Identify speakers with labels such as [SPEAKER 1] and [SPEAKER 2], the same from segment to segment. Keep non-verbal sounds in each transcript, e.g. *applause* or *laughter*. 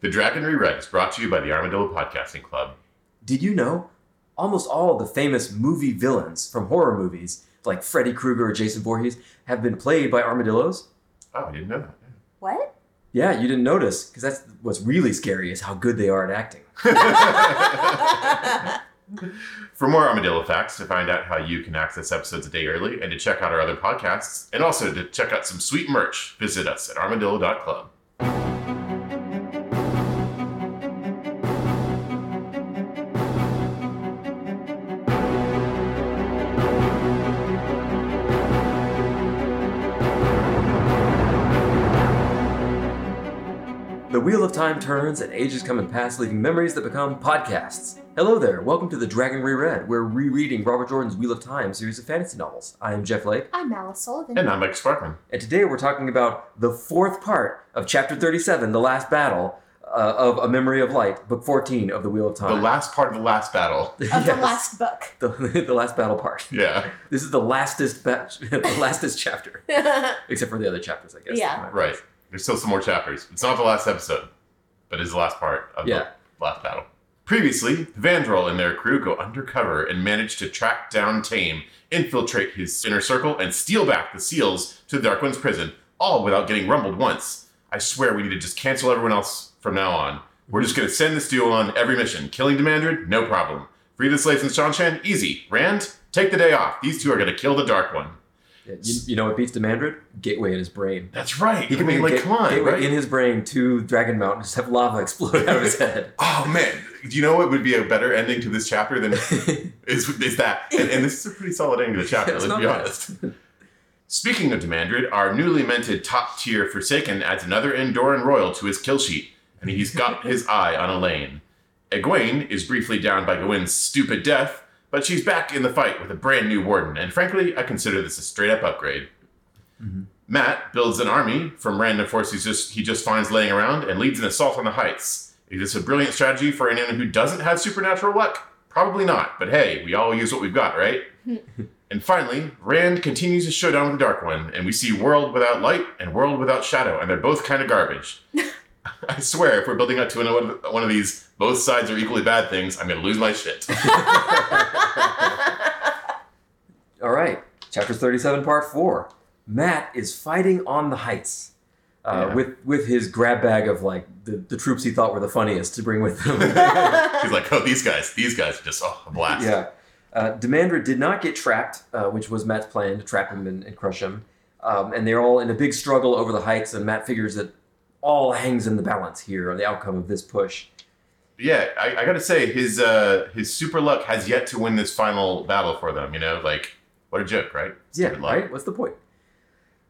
[SPEAKER 1] The Dragon Reread is brought to you by the Armadillo Podcasting Club.
[SPEAKER 2] Did you know? Almost all the famous movie villains from horror movies, like Freddy Krueger or Jason Voorhees, have been played by armadillos.
[SPEAKER 1] Oh, I didn't know that.
[SPEAKER 3] What?
[SPEAKER 2] Yeah, you didn't notice, because that's what's really scary is how good they are at acting.
[SPEAKER 1] For more Armadillo facts, to find out how you can access episodes a day early, and to check out our other podcasts, and also to check out some sweet merch, visit us at armadillo.club.
[SPEAKER 2] The wheel of time turns and ages come and pass, leaving memories that become podcasts. Hello there, welcome to the Dragon Reread. We're rereading Robert Jordan's Wheel of Time series of fantasy novels. I am Jeff Lake,
[SPEAKER 3] I'm Alice Sullivan.
[SPEAKER 1] And I'm Mike Sparkman.
[SPEAKER 2] and today we're talking about the fourth part of Chapter 37, The Last Battle uh, of A Memory of Light, Book 14 of The Wheel of
[SPEAKER 1] The
[SPEAKER 2] Time.
[SPEAKER 1] last part of the last battle.
[SPEAKER 2] *laughs*
[SPEAKER 1] *laughs*
[SPEAKER 2] Yes.
[SPEAKER 3] of the last book.
[SPEAKER 2] the, *laughs* the last battle part.
[SPEAKER 1] Yeah,
[SPEAKER 2] This is the lastest ba- *laughs* the lastest chapter, except for the other chapters, I guess.
[SPEAKER 3] Yeah.
[SPEAKER 1] right. There's still some more chapters. It's not the last episode, but it's the last part of
[SPEAKER 2] Yeah.
[SPEAKER 1] the last battle. Previously, Vandrel and their crew go undercover and manage to track down Tame, infiltrate his inner circle, and steal back the seals to the Dark One's prison, all without getting rumbled once. I swear we need to just cancel everyone else from now on. We're just gonna send this duo on every mission. Killing Demandred? No problem. Free the slaves and Shan Shan? Easy. Rand? Take the day off. These two are gonna kill the Dark One.
[SPEAKER 2] Yeah, You, you know what beats Demandred? Gateway in his brain.
[SPEAKER 1] That's right. He can
[SPEAKER 2] make
[SPEAKER 1] be
[SPEAKER 2] a
[SPEAKER 1] like,
[SPEAKER 2] gate-
[SPEAKER 1] come on,
[SPEAKER 2] gateway
[SPEAKER 1] right?
[SPEAKER 2] in his brain to Dragon Mountain, just have lava explode out of his head.
[SPEAKER 1] Oh man, do you know what would be a better ending to this chapter
[SPEAKER 2] *laughs*
[SPEAKER 1] than is, is that? And, and this is a pretty solid ending to *laughs* the chapter.
[SPEAKER 2] It's
[SPEAKER 1] let's
[SPEAKER 2] not
[SPEAKER 1] be
[SPEAKER 2] bad.
[SPEAKER 1] honest. Speaking of Demandrid, our newly minted top tier Forsaken adds another Endoran royal to his kill sheet, and he's got his eye on Elaine. Egwene is briefly downed by Gawain's stupid death, but she's back in the fight with a brand new warden, and frankly, I consider this a straight up upgrade. Matt builds an army from random forces just, he just finds laying around and leads an assault on the heights. Is this a brilliant strategy for anyone who doesn't have supernatural luck? Probably not, but hey, we all use what we've got, right? and finally, Rand continues his showdown with the Dark One, and we see World Without Light and World Without Shadow, and they're both kind of garbage. I swear, if we're building up to another one of these, both sides are equally bad things, I'm gonna lose my shit.
[SPEAKER 2] All right, chapter 37, part 4. Matt is fighting on the heights. Uh,
[SPEAKER 1] Yeah.
[SPEAKER 2] With with his grab bag of like the, the troops he thought were the funniest to bring with
[SPEAKER 1] *laughs*
[SPEAKER 2] him. *laughs*
[SPEAKER 1] He's like, oh, these guys, these guys are just oh, a blast.
[SPEAKER 2] Yeah. Uh, Demandra did not get trapped, uh, which was Matt's plan to trap him and, and crush him. Um, and they're all in a big struggle over the heights, and Matt figures that all hangs in the balance here on the outcome of this push.
[SPEAKER 1] yeah, I, I gotta say his uh, his super luck has yet to win this final battle for them. You know, like what a joke, right?
[SPEAKER 2] Yeah,
[SPEAKER 1] Stupid luck.
[SPEAKER 2] right? What's the point?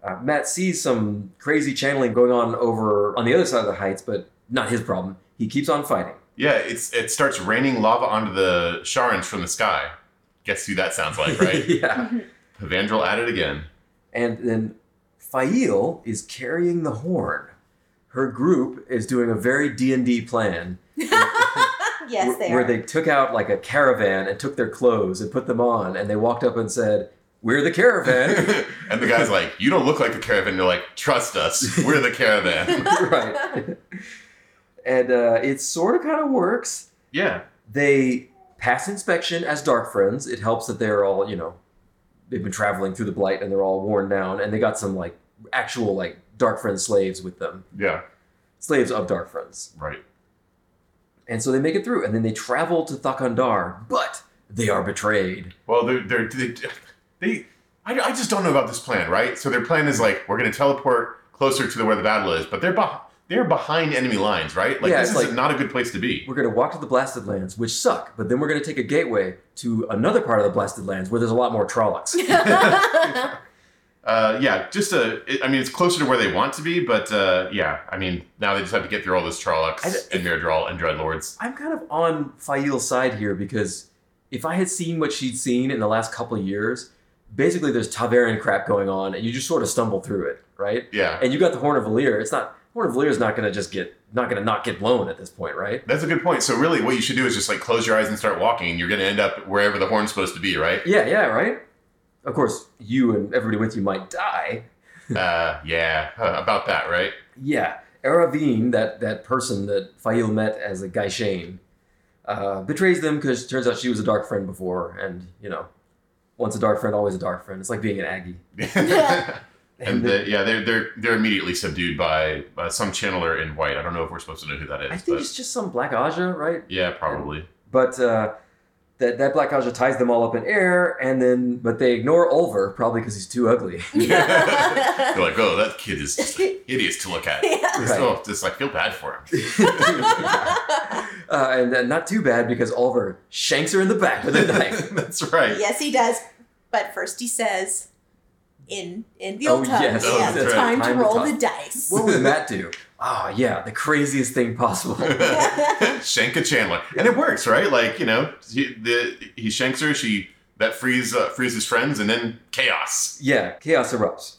[SPEAKER 2] Uh, Matt sees some crazy channeling going on over on the other side of the heights, but not his problem. He keeps on fighting.
[SPEAKER 1] Yeah, it's it starts raining lava onto the Sharans from the sky. Guess who that sounds like, right?
[SPEAKER 2] *laughs* yeah.
[SPEAKER 1] Vandrel at it again.
[SPEAKER 2] And then Fail is carrying the horn. Her group is doing a very D&D plan
[SPEAKER 3] yes,
[SPEAKER 2] wh-
[SPEAKER 3] they
[SPEAKER 1] *laughs*
[SPEAKER 2] where
[SPEAKER 3] are.
[SPEAKER 2] they took out like a caravan and took their clothes and put them on, and they walked up and said, "We're the
[SPEAKER 3] *laughs*
[SPEAKER 2] caravan."
[SPEAKER 1] *laughs* and the guy's like, "You don't look like the caravan." They're like, "Trust us, we're the
[SPEAKER 2] *laughs*
[SPEAKER 1] caravan."
[SPEAKER 3] *laughs*
[SPEAKER 2] right. and uh, it sort of kind of works.
[SPEAKER 1] yeah,
[SPEAKER 2] They pass inspection as dark friends. It helps that they're all you know they've been traveling through the blight and they're all worn down, and they got some like actual like dark friend slaves with them,
[SPEAKER 1] yeah,
[SPEAKER 2] slaves of dark friends.
[SPEAKER 1] right.
[SPEAKER 2] And so they make it through, and then they travel to Thakandar, but they are betrayed.
[SPEAKER 1] Well, they're they're they. they I, I just don't know about this plan, right? So their plan is like we're going to teleport closer to the, where the battle is, but they're beh- they're behind enemy lines, right? Like
[SPEAKER 2] Yeah,
[SPEAKER 1] this is
[SPEAKER 2] it's like-
[SPEAKER 1] not a good place to be.
[SPEAKER 2] We're going to walk to the Blasted Lands, which suck, but then we're going to take a gateway to another part of the Blasted Lands where there's a lot more Trollocs.
[SPEAKER 1] Uh, yeah, just a. It, I mean, it's closer to where they want to be, but uh, yeah, I mean, now they just have to get through all this Trollocs
[SPEAKER 2] I d-
[SPEAKER 1] and Miradral and Dreadlords.
[SPEAKER 2] I'm kind of on Fael's side here because if I had seen what she'd seen in the last couple of years, basically there's Taveran crap going on, and you just sort of stumble through it, right?
[SPEAKER 1] Yeah,
[SPEAKER 2] And you got the Horn of Valir. It's not Horn of Valir is not going to just get not going to not get blown at this point, right?
[SPEAKER 1] that's a good point. So really, what you should do is just like close your eyes and start walking, and you're going to end up wherever the horn's supposed to be,
[SPEAKER 2] *laughs*
[SPEAKER 1] right?
[SPEAKER 2] Yeah, yeah, right. Of course, you and everybody with you might die. *laughs*
[SPEAKER 1] uh, yeah, uh, about that, right?
[SPEAKER 2] Yeah, Aravine, that, that person that Fail met as a Gaishane, uh, betrays them because turns out she was a dark friend before, and you know, once a dark friend, always a dark friend. It's like being an Aggie.
[SPEAKER 1] and the, yeah, they're they're they're immediately subdued by uh, some channeler in white. I don't know if we're supposed to know who that is,
[SPEAKER 2] I think
[SPEAKER 1] but
[SPEAKER 2] it's just some Black Aja, right?
[SPEAKER 1] yeah, probably.
[SPEAKER 2] But uh, that that Black Aja ties them all up in air, and then but they ignore Ulver probably because he's too ugly.
[SPEAKER 1] They're like, oh, that kid is just
[SPEAKER 2] *laughs*
[SPEAKER 1] like, hideous to look at. Just,
[SPEAKER 2] Right.
[SPEAKER 1] oh, just like feel bad for him.
[SPEAKER 2] *laughs*
[SPEAKER 3] Oh.
[SPEAKER 2] Uh, and uh, not too bad because Ulver shanks her in the back with a
[SPEAKER 1] *laughs*
[SPEAKER 2] knife.
[SPEAKER 1] That's right.
[SPEAKER 3] Yes, he does. But first, he says, "In in the
[SPEAKER 2] Oh,
[SPEAKER 3] old times,
[SPEAKER 2] yes,
[SPEAKER 1] oh,
[SPEAKER 3] yeah,
[SPEAKER 1] that's
[SPEAKER 3] time
[SPEAKER 2] right.
[SPEAKER 3] to
[SPEAKER 2] Time to
[SPEAKER 3] roll
[SPEAKER 2] talk.
[SPEAKER 3] the dice." *laughs*
[SPEAKER 2] What would Matt do? Ah, yeah, the craziest thing possible.
[SPEAKER 1] *laughs* Shank a Chandler, and it works, right? Like you know, he, the, he shanks her. She that frees uh, frees his friends, and then chaos.
[SPEAKER 2] yeah, chaos erupts.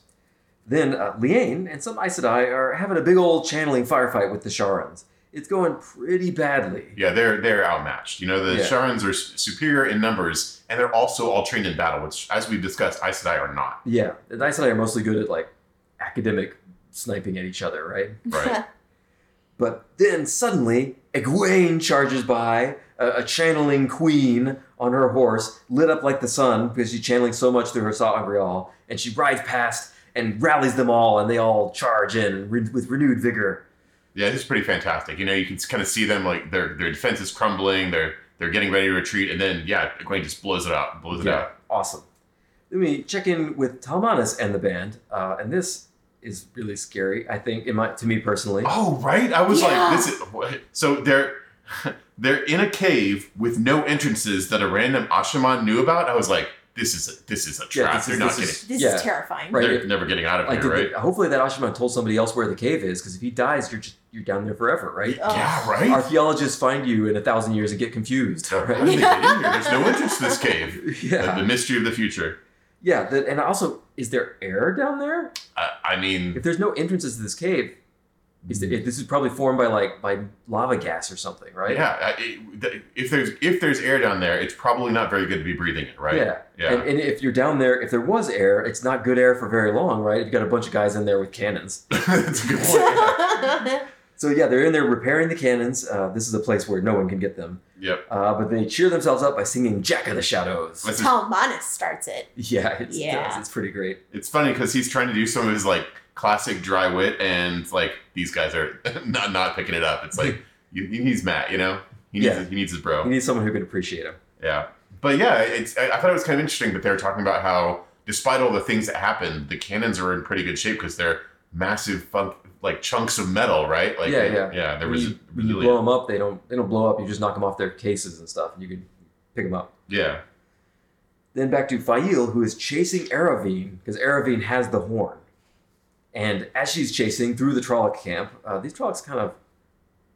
[SPEAKER 2] Then uh, Liane and some Aes Sedai are having a big old channeling firefight with the Sharans. It's going pretty badly.
[SPEAKER 1] Yeah, they're they're outmatched. You know, the
[SPEAKER 2] Yeah.
[SPEAKER 1] Sharans are s- superior in numbers, and they're also all trained in battle, which, as we've discussed, Aes Sedai are not.
[SPEAKER 2] Yeah, the Aes Sedai are mostly good at like academic sniping at each other, right?
[SPEAKER 1] Right.
[SPEAKER 2] But then suddenly, Egwene charges by, a, a channeling queen on her horse, lit up like the sun because she's channeling so much through her Sa'angreal, and she rides past and rallies them all, and they all charge in re- with renewed vigor.
[SPEAKER 1] yeah, it's pretty fantastic. You know, you can kind of see them like their their defense is crumbling. They're they're getting ready to retreat, and then yeah, Egwene just blows it out, blows it
[SPEAKER 2] Yeah.
[SPEAKER 1] out.
[SPEAKER 2] Awesome. Let me check in with Talmanis and the band, uh, and this is really scary. I think, in my, to me personally.
[SPEAKER 1] Oh, right. I was
[SPEAKER 3] Yeah.
[SPEAKER 1] like, this is what? so they're. *laughs* They're in a cave with no entrances that a random Ashaman knew about. I was like, "This is a, this is a trap.
[SPEAKER 2] this
[SPEAKER 1] they're
[SPEAKER 2] is-
[SPEAKER 1] not
[SPEAKER 2] this
[SPEAKER 1] getting,
[SPEAKER 2] is-
[SPEAKER 3] This
[SPEAKER 2] Yeah.
[SPEAKER 3] is terrifying.
[SPEAKER 2] Right.
[SPEAKER 1] they're never getting out of here,
[SPEAKER 2] Like, did
[SPEAKER 1] right?"
[SPEAKER 2] they- hopefully that Ashima told somebody else where the cave is, because if he dies, you're just you're down there forever, right?
[SPEAKER 3] Oh. *laughs*
[SPEAKER 1] yeah, right.
[SPEAKER 2] Archaeologists find you in a thousand years and get confused,
[SPEAKER 1] So, how
[SPEAKER 2] *laughs* right?
[SPEAKER 1] did they get in here? There's no entrance to this cave.
[SPEAKER 2] Yeah,
[SPEAKER 1] The, the mystery of the future.
[SPEAKER 2] yeah. That, and also, is there air down there?
[SPEAKER 1] I, I mean,
[SPEAKER 2] If there's no entrances to this cave, is there, this is probably formed by like by lava gas or something, right?
[SPEAKER 1] yeah. I, it, th- if there's if there's air down there, it's probably not very good to be breathing it, right?
[SPEAKER 2] Yeah.
[SPEAKER 1] Yeah.
[SPEAKER 2] And, and if you're down there, if there was air, it's not good air for very long, right? If you got a bunch of guys in there with cannons.
[SPEAKER 1] *laughs* That's a good point.
[SPEAKER 2] *laughs*
[SPEAKER 1] Yeah.
[SPEAKER 2] So yeah, they're in there repairing the cannons. Uh, this is a place where no one can get them.
[SPEAKER 1] Yep.
[SPEAKER 2] Uh, but they cheer themselves up by singing "Jack of the Shadows."
[SPEAKER 1] This is-
[SPEAKER 3] Talmanis starts it.
[SPEAKER 2] *laughs* Yeah, it's,
[SPEAKER 3] Yeah.
[SPEAKER 2] It's, it's pretty great.
[SPEAKER 1] It's funny because he's trying to do some of his like classic dry wit, and like these guys are *laughs* not not picking it up. It's like
[SPEAKER 2] *laughs*
[SPEAKER 1] he he needs Matt, you know. He needs
[SPEAKER 2] Yeah.
[SPEAKER 1] his, he needs his bro.
[SPEAKER 2] You need someone who can appreciate him.
[SPEAKER 1] Yeah. But yeah, it's I, I thought it was kind of interesting that they were talking about how despite all the things that happened, the cannons are in pretty good shape because they're massive funk like chunks of metal, right? Like
[SPEAKER 2] Yeah,
[SPEAKER 1] they-
[SPEAKER 2] yeah.
[SPEAKER 1] yeah they're
[SPEAKER 2] When
[SPEAKER 1] resi-
[SPEAKER 2] you, when you
[SPEAKER 1] resilient.
[SPEAKER 2] blow them up, they don't they don't blow up. You just knock them off their cases and stuff, and you can pick them up.
[SPEAKER 1] Yeah.
[SPEAKER 2] Then back to Fail, who is chasing Aravine because Aravine has the horn, and as she's chasing through the Trolloc camp, uh, these Trollocs kind of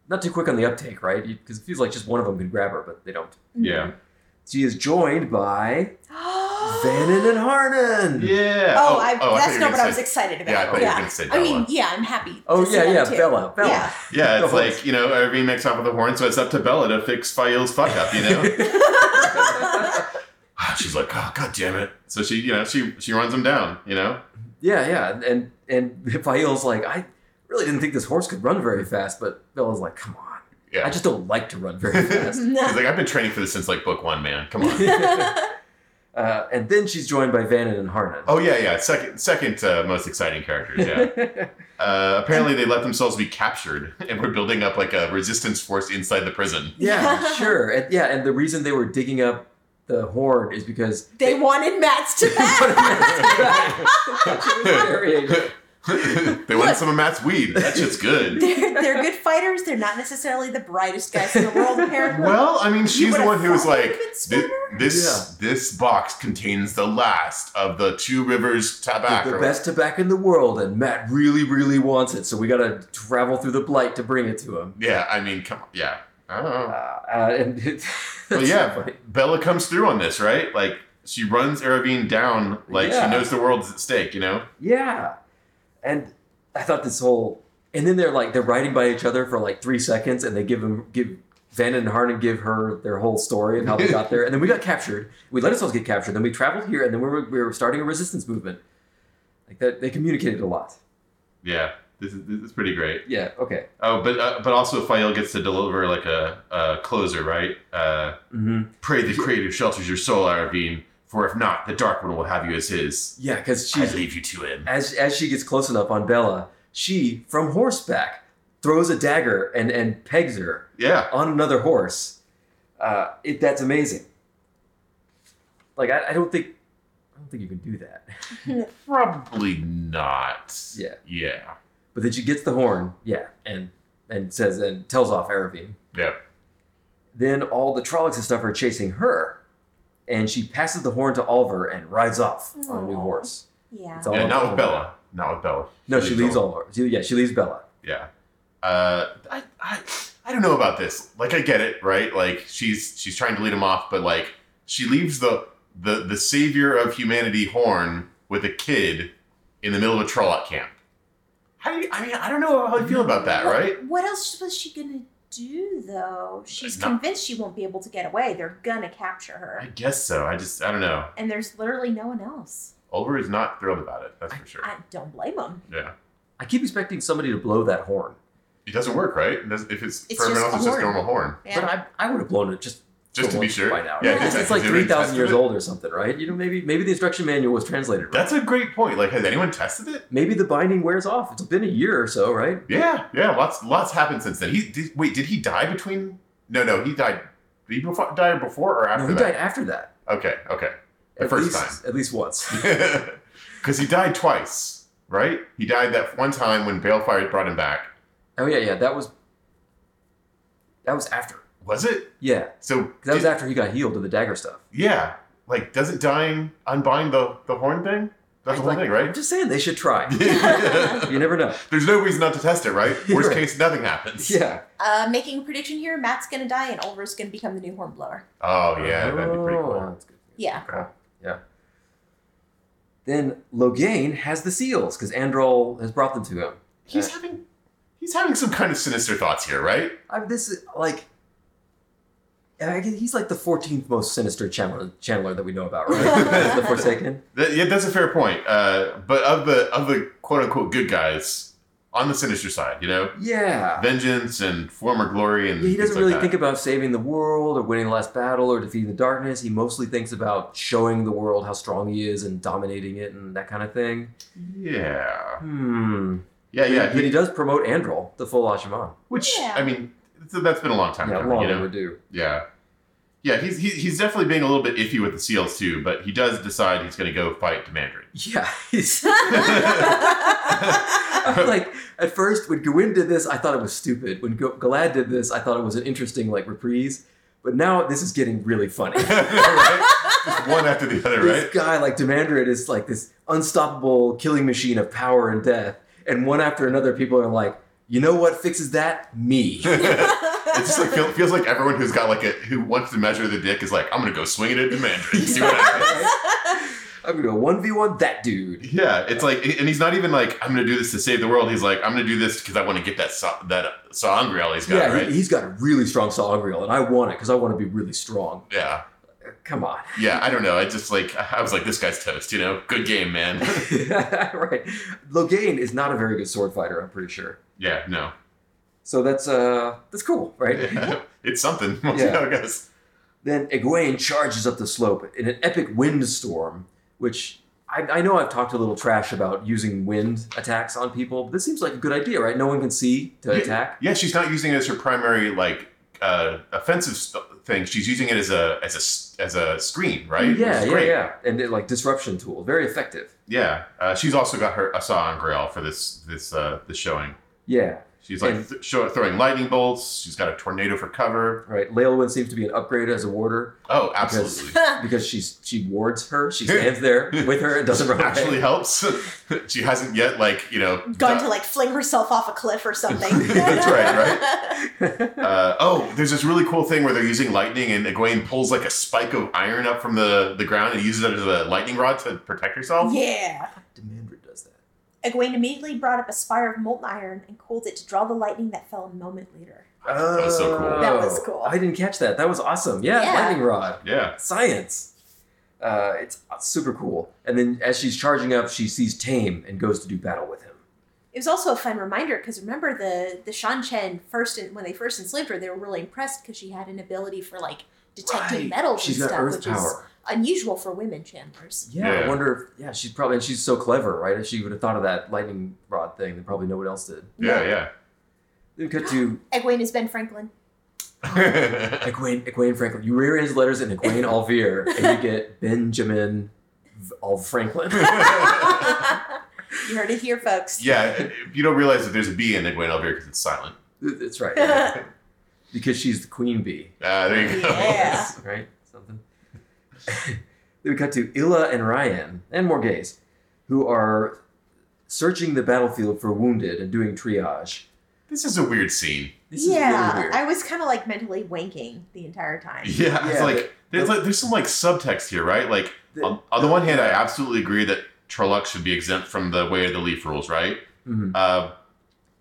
[SPEAKER 2] not too quick on the uptake, right? Because it feels like just one of them can grab her, but they don't.
[SPEAKER 3] *gasps*
[SPEAKER 1] Yeah.
[SPEAKER 2] She is joined by Vannon and Harnan.
[SPEAKER 1] Yeah.
[SPEAKER 3] Oh, I,
[SPEAKER 1] oh,
[SPEAKER 3] that's
[SPEAKER 1] thought you were
[SPEAKER 3] not
[SPEAKER 1] gonna
[SPEAKER 3] what I was
[SPEAKER 1] say-
[SPEAKER 3] excited about.
[SPEAKER 1] Yeah, I thought you were gonna say
[SPEAKER 3] I mean,
[SPEAKER 1] Bella.
[SPEAKER 3] yeah, I'm happy.
[SPEAKER 2] Oh
[SPEAKER 3] to see
[SPEAKER 2] yeah,
[SPEAKER 3] them
[SPEAKER 2] yeah,
[SPEAKER 3] too.
[SPEAKER 2] Bella, Bella.
[SPEAKER 3] Yeah.
[SPEAKER 1] Yeah,
[SPEAKER 2] *laughs*
[SPEAKER 1] it's
[SPEAKER 2] No,
[SPEAKER 1] like,
[SPEAKER 2] it's-
[SPEAKER 1] you know, everyone makes off with a horn, so it's up to Bella to fix Fael's fuck up, you
[SPEAKER 2] *laughs*
[SPEAKER 1] know?
[SPEAKER 3] *laughs*
[SPEAKER 1] She's like, oh, god damn it. So she, you know, she she runs him down, you
[SPEAKER 3] *laughs*
[SPEAKER 1] know?
[SPEAKER 2] Yeah, yeah, and and Fael's like, I really didn't think this horse could run very fast, but Bella's like, come on,
[SPEAKER 1] Yeah.
[SPEAKER 2] I just don't like to run
[SPEAKER 1] *laughs*
[SPEAKER 2] very fast.
[SPEAKER 1] She's like, I've been training for this since like book one, man. Come
[SPEAKER 2] *laughs*
[SPEAKER 1] on.
[SPEAKER 2] uh, and then she's joined by Vannon and Harnan. *laughs*
[SPEAKER 1] Oh yeah, yeah. Second, second uh, most exciting characters. Yeah. uh, apparently, they let themselves be captured, *laughs* and were building up like a resistance force inside the prison. *laughs*
[SPEAKER 2] yeah, sure, and, yeah, and the reason they were digging up the horn is
[SPEAKER 3] *laughs*
[SPEAKER 2] because
[SPEAKER 3] *laughs*
[SPEAKER 2] *laughs*
[SPEAKER 3] They wanted Matt's to
[SPEAKER 2] What a
[SPEAKER 3] Matt.
[SPEAKER 2] mess. It was very-
[SPEAKER 1] they wanted some of Matt's weed. That shit's
[SPEAKER 2] *laughs*
[SPEAKER 1] good.
[SPEAKER 3] *laughs* they're, they're good fighters. They're not necessarily the brightest guys in the world, apparently.
[SPEAKER 1] *laughs* Well, I mean, she's the
[SPEAKER 3] would've
[SPEAKER 1] one who was
[SPEAKER 3] thought
[SPEAKER 1] like,
[SPEAKER 3] they'd been
[SPEAKER 1] "Thi- this
[SPEAKER 2] Yeah.
[SPEAKER 1] this box contains the last of the Two Rivers tobacco.
[SPEAKER 2] the best tobacco in the world, and Matt really, really wants it, so we gotta travel through the blight to bring it to him.
[SPEAKER 1] Yeah, I mean, come on. Yeah, I don't know.
[SPEAKER 2] Uh, uh, and *laughs* it,
[SPEAKER 1] But
[SPEAKER 2] that's so
[SPEAKER 1] yeah,
[SPEAKER 2] funny.
[SPEAKER 1] Bella comes through on this, right? Like she runs Aravine down, like
[SPEAKER 2] Yeah.
[SPEAKER 1] she knows the world's at stake. You know?
[SPEAKER 2] yeah. And I thought this whole, and then they're like they're riding by each other for like three seconds, and they give them give Van and Harnan give her their whole story of how they got there, and then we got captured. We let ourselves get captured. Then we traveled here, and then we were, we were starting a resistance movement. Like that, they communicated a lot.
[SPEAKER 1] Yeah. This is, this is pretty great.
[SPEAKER 2] Yeah. Okay.
[SPEAKER 1] Oh, but uh, but also Fael gets to deliver like a, a closer, right? Uh,
[SPEAKER 2] Mm-hmm.
[SPEAKER 1] Pray the Creator shelters your soul, Aravine, for if not, the Dark One will have you as his.
[SPEAKER 2] Yeah, because
[SPEAKER 1] I
[SPEAKER 2] she's
[SPEAKER 1] leave you to him.
[SPEAKER 2] as as she gets close enough on Bella, she from horseback throws a dagger and and pegs her
[SPEAKER 1] Yeah,
[SPEAKER 2] on another horse. Uh, it, that's amazing. Like I, I don't think I don't think you can do that. *laughs*
[SPEAKER 1] probably not.
[SPEAKER 2] Yeah.
[SPEAKER 1] Yeah.
[SPEAKER 2] But then she gets the horn, yeah, and and says and tells off Aravine.
[SPEAKER 1] Yeah.
[SPEAKER 2] Then all the Trollocs and stuff are chasing her, and she passes the horn to Alver and rides off on a new
[SPEAKER 3] Aw.
[SPEAKER 2] horse.
[SPEAKER 3] Yeah.
[SPEAKER 2] It's all
[SPEAKER 1] yeah, not
[SPEAKER 2] Alver.
[SPEAKER 1] with Bella. Not with Bella.
[SPEAKER 2] No, she leaves Alver. She, yeah, she leaves Bella.
[SPEAKER 1] Yeah. Uh, I, I, I don't know about this. Like, I get it, right? Like, she's she's trying to lead him off, but like, she leaves the the the savior of humanity horn with a kid in the middle of a Trolloc camp. How do you, I mean, I don't know how I feel about that,
[SPEAKER 3] What-
[SPEAKER 1] right?
[SPEAKER 3] What else was she gonna do though? She's
[SPEAKER 1] Not-
[SPEAKER 3] convinced she won't be able to get away. They're gonna capture
[SPEAKER 1] I
[SPEAKER 3] her,
[SPEAKER 1] guess so. I just, I don't know.
[SPEAKER 3] and there's literally no one else.
[SPEAKER 1] Ulver is not thrilled about it. That's for sure.
[SPEAKER 3] I don't blame them.
[SPEAKER 1] Yeah.
[SPEAKER 2] I keep expecting somebody to blow that horn,
[SPEAKER 1] It doesn't work, right? It doesn't- If it's,
[SPEAKER 3] It's
[SPEAKER 1] for everyone
[SPEAKER 3] just
[SPEAKER 1] else,
[SPEAKER 3] a
[SPEAKER 1] it's just
[SPEAKER 3] horn.
[SPEAKER 1] normal horn.
[SPEAKER 3] Yeah.
[SPEAKER 2] but I, I would have blown it just
[SPEAKER 1] Just to be
[SPEAKER 2] once
[SPEAKER 1] sure.
[SPEAKER 2] Find out.
[SPEAKER 1] Yeah,
[SPEAKER 3] Yeah.
[SPEAKER 2] It's-
[SPEAKER 1] just
[SPEAKER 2] it's like
[SPEAKER 1] considering
[SPEAKER 2] three thousand years
[SPEAKER 1] testament.
[SPEAKER 2] old or something, right? You know, maybe maybe the instruction manual was translated. Right?
[SPEAKER 1] That's a great point. Like, has anyone tested it?
[SPEAKER 2] maybe the binding wears off. It's been a year or so, right?
[SPEAKER 1] Yeah, yeah. Lots, lots happened since then. He did, wait. Did he die between? No, no. He died. Did he before, die before or after
[SPEAKER 2] no, he
[SPEAKER 1] that?
[SPEAKER 2] died after that.
[SPEAKER 1] Okay, okay. *laughs* The
[SPEAKER 2] at
[SPEAKER 1] first
[SPEAKER 2] least, At least once.
[SPEAKER 1] time. Because he died twice, right? He died that one time when Balefire brought him back.
[SPEAKER 2] Oh yeah, yeah. That was that was after.
[SPEAKER 1] Was it?
[SPEAKER 2] Yeah,
[SPEAKER 1] So
[SPEAKER 2] 'cause that was
[SPEAKER 1] did-
[SPEAKER 2] after he got healed of the dagger stuff.
[SPEAKER 1] yeah. Like, doesn't dying unbind the the horn thing? That's the whole
[SPEAKER 2] Like,
[SPEAKER 1] thing,
[SPEAKER 2] I'm *laughs*
[SPEAKER 1] right? *laughs*
[SPEAKER 2] just saying they should try. you never know.
[SPEAKER 1] There's no reason not to test it, right? Worst
[SPEAKER 2] Right.
[SPEAKER 1] case, nothing happens.
[SPEAKER 2] Yeah.
[SPEAKER 3] Uh, making a prediction here, Matt's gonna die and Ulver's gonna become the new hornblower.
[SPEAKER 1] Oh yeah, that'd be pretty
[SPEAKER 2] Oh,
[SPEAKER 1] cool.
[SPEAKER 2] that's good.
[SPEAKER 3] Yeah.
[SPEAKER 2] Okay. Yeah. Then Loghain has the seals because Androl has brought them to him.
[SPEAKER 1] He's having he's having some kind of sinister thoughts here, right?
[SPEAKER 2] I mean, this is like. I guess he's like the 14th most sinister channeler, channeler that we know about, right? *laughs* the Forsaken.
[SPEAKER 1] That, yeah, that's a fair point. Uh, but of the of the quote unquote good guys on the sinister side, you know,
[SPEAKER 2] Yeah.
[SPEAKER 1] vengeance and former glory, and
[SPEAKER 2] Yeah, he
[SPEAKER 1] things
[SPEAKER 2] doesn't really
[SPEAKER 1] like
[SPEAKER 2] think about saving the world or winning the last battle or defeating the darkness. He mostly thinks about showing the world how strong he is and dominating it and that kind of thing.
[SPEAKER 1] think. Yeah,
[SPEAKER 2] Hmm.
[SPEAKER 1] yeah, yeah.
[SPEAKER 2] But he
[SPEAKER 1] he-
[SPEAKER 2] does promote Androl, the full Ashima.
[SPEAKER 1] which
[SPEAKER 3] Yeah.
[SPEAKER 1] I mean, th- that's been a long time
[SPEAKER 2] Yeah,
[SPEAKER 1] coming,
[SPEAKER 2] long
[SPEAKER 1] you know?
[SPEAKER 2] overdue.
[SPEAKER 1] Yeah, yeah. He's he, he's definitely being a little bit iffy with the seals too, but he does decide he's going to go fight Demandry.
[SPEAKER 2] Yeah. *laughs* he's- *laughs* I feel like at first when Gwyn did this, I thought it was stupid. When Go- Galad did this, I thought it was an interesting like reprise. But now this is getting
[SPEAKER 1] *laughs*
[SPEAKER 2] really
[SPEAKER 1] *laughs*
[SPEAKER 2] funny.
[SPEAKER 1] right? Just one after the other,
[SPEAKER 2] This
[SPEAKER 1] right?
[SPEAKER 2] guy, like Demandrid, is like this unstoppable killing machine of power and death. And one after another, people are like, you know what fixes that?
[SPEAKER 1] *laughs*
[SPEAKER 2] Me. *laughs*
[SPEAKER 1] It just like feel, feels like everyone who's got like a who wants to measure the dick is like, I'm gonna go swing it at Demandry. *laughs* See what happens.
[SPEAKER 2] I'm gonna one v one that dude.
[SPEAKER 1] Yeah, it's like, and he's not even like, I'm gonna do this to save the world. He's like, I'm gonna do this because I want to get that so- that sangreal he's got,
[SPEAKER 2] yeah,
[SPEAKER 1] right?
[SPEAKER 2] he, he's got a really strong sawgrill, and I want it because I want to be really strong.
[SPEAKER 1] yeah,
[SPEAKER 2] Come on,
[SPEAKER 1] yeah. I don't know. I just like, I was like, this guy's toast. You know, good game, man.
[SPEAKER 2] *laughs* right? Loghain is not a very good sword fighter. I'm pretty sure.
[SPEAKER 1] yeah, no, *laughs*
[SPEAKER 2] So that's uh that's cool, right?
[SPEAKER 1] Yeah. it's something. *laughs* We'll see
[SPEAKER 2] Yeah.
[SPEAKER 1] how it goes.
[SPEAKER 2] Then Egwene charges up the slope in an epic windstorm, which I, I know I've talked a little trash about using wind attacks on people, but this seems like a good idea, right? No one can see to
[SPEAKER 1] Yeah.
[SPEAKER 2] attack.
[SPEAKER 1] Yeah, she's not using it as her primary like uh, offensive st- thing. She's using it as a as a s- as a screen, right? Which
[SPEAKER 2] Yeah,
[SPEAKER 1] is
[SPEAKER 2] yeah,
[SPEAKER 1] great.
[SPEAKER 2] yeah. And it, like disruption tool, very effective.
[SPEAKER 1] Yeah. Uh, she's also got her a sangreal for this this uh, this showing.
[SPEAKER 2] Yeah,
[SPEAKER 1] She's like
[SPEAKER 2] And-
[SPEAKER 1] th- show, throwing lightning bolts. She's got a tornado for cover.
[SPEAKER 2] right. Leilwyn seems to be an upgrade as a warder
[SPEAKER 1] Oh, absolutely.
[SPEAKER 3] *laughs*
[SPEAKER 2] because she's she wards
[SPEAKER 1] *laughs*
[SPEAKER 2] her. She stands there with her and *laughs* doesn't run away.
[SPEAKER 1] actually helps. *laughs* she hasn't yet, like, you know.
[SPEAKER 3] Gone
[SPEAKER 1] di-
[SPEAKER 3] to like fling herself off a cliff or something.
[SPEAKER 2] *laughs*
[SPEAKER 1] That's right, uh, oh, there's this really cool thing where they're using lightning, and Egwene pulls like a spike of iron up from the, the ground and uses it as a lightning rod to protect herself.
[SPEAKER 3] *laughs* Yeah.
[SPEAKER 2] Demandra does that.
[SPEAKER 3] Egwene immediately brought up a spire of molten iron and cooled it to draw the lightning that fell a moment later.
[SPEAKER 1] That was so cool.
[SPEAKER 3] That was cool.
[SPEAKER 2] Oh. I didn't catch that. That was awesome. Yeah,
[SPEAKER 3] Yeah.
[SPEAKER 2] lightning rod.
[SPEAKER 1] Yeah.
[SPEAKER 2] science. Uh, it's super cool. And then as she's charging up, she sees Tame and goes to do battle with him.
[SPEAKER 3] It was also a fun reminder because remember the the Shan Chen first when they first enslaved her, they were really impressed because she had an ability for like detecting
[SPEAKER 2] Right.
[SPEAKER 3] metals
[SPEAKER 2] She's
[SPEAKER 3] and
[SPEAKER 2] got
[SPEAKER 3] stuff,
[SPEAKER 2] earth
[SPEAKER 3] which is
[SPEAKER 2] power.
[SPEAKER 3] unusual for women chandlers.
[SPEAKER 2] Yeah,
[SPEAKER 1] Yeah.
[SPEAKER 2] I wonder if yeah, she's probably and she's so clever, right? If she would have thought of that lightning rod thing, then probably no one else did.
[SPEAKER 1] Yeah, yeah.
[SPEAKER 2] Then cut to
[SPEAKER 3] Egwene is
[SPEAKER 2] *laughs*
[SPEAKER 3] Ben Franklin.
[SPEAKER 2] Egwene, Egwene Franklin. You rearrange the letters in
[SPEAKER 3] *laughs*
[SPEAKER 2] Egwene Alvear, and you get Benjamin V- Alv Franklin. *laughs*
[SPEAKER 3] *laughs* you heard it here, folks.
[SPEAKER 1] *laughs*
[SPEAKER 3] *laughs*
[SPEAKER 1] yeah, you don't realize that there's a B in Egwene Elvira because it's silent.
[SPEAKER 2] That's right,
[SPEAKER 3] *laughs*
[SPEAKER 2] yeah. because she's the queen bee,
[SPEAKER 1] Uh, there you go.
[SPEAKER 3] Yeah.
[SPEAKER 2] right? Something. *laughs* then we cut to Illa and Ryan and Morgaze, who are searching the battlefield for wounded and doing triage.
[SPEAKER 1] *laughs* This is a weird scene.
[SPEAKER 2] This is
[SPEAKER 3] yeah,
[SPEAKER 2] really weird.
[SPEAKER 3] I was kind of like mentally wanking the entire time.
[SPEAKER 1] Yeah, it's
[SPEAKER 2] Yeah,
[SPEAKER 1] like
[SPEAKER 2] but-
[SPEAKER 1] there's like there's some like subtext here, right? Like
[SPEAKER 2] The-
[SPEAKER 1] on, on the one hand, I absolutely agree that Trolloc should be exempt from the way of the leaf rules, right?
[SPEAKER 2] Mhm.
[SPEAKER 1] Uh,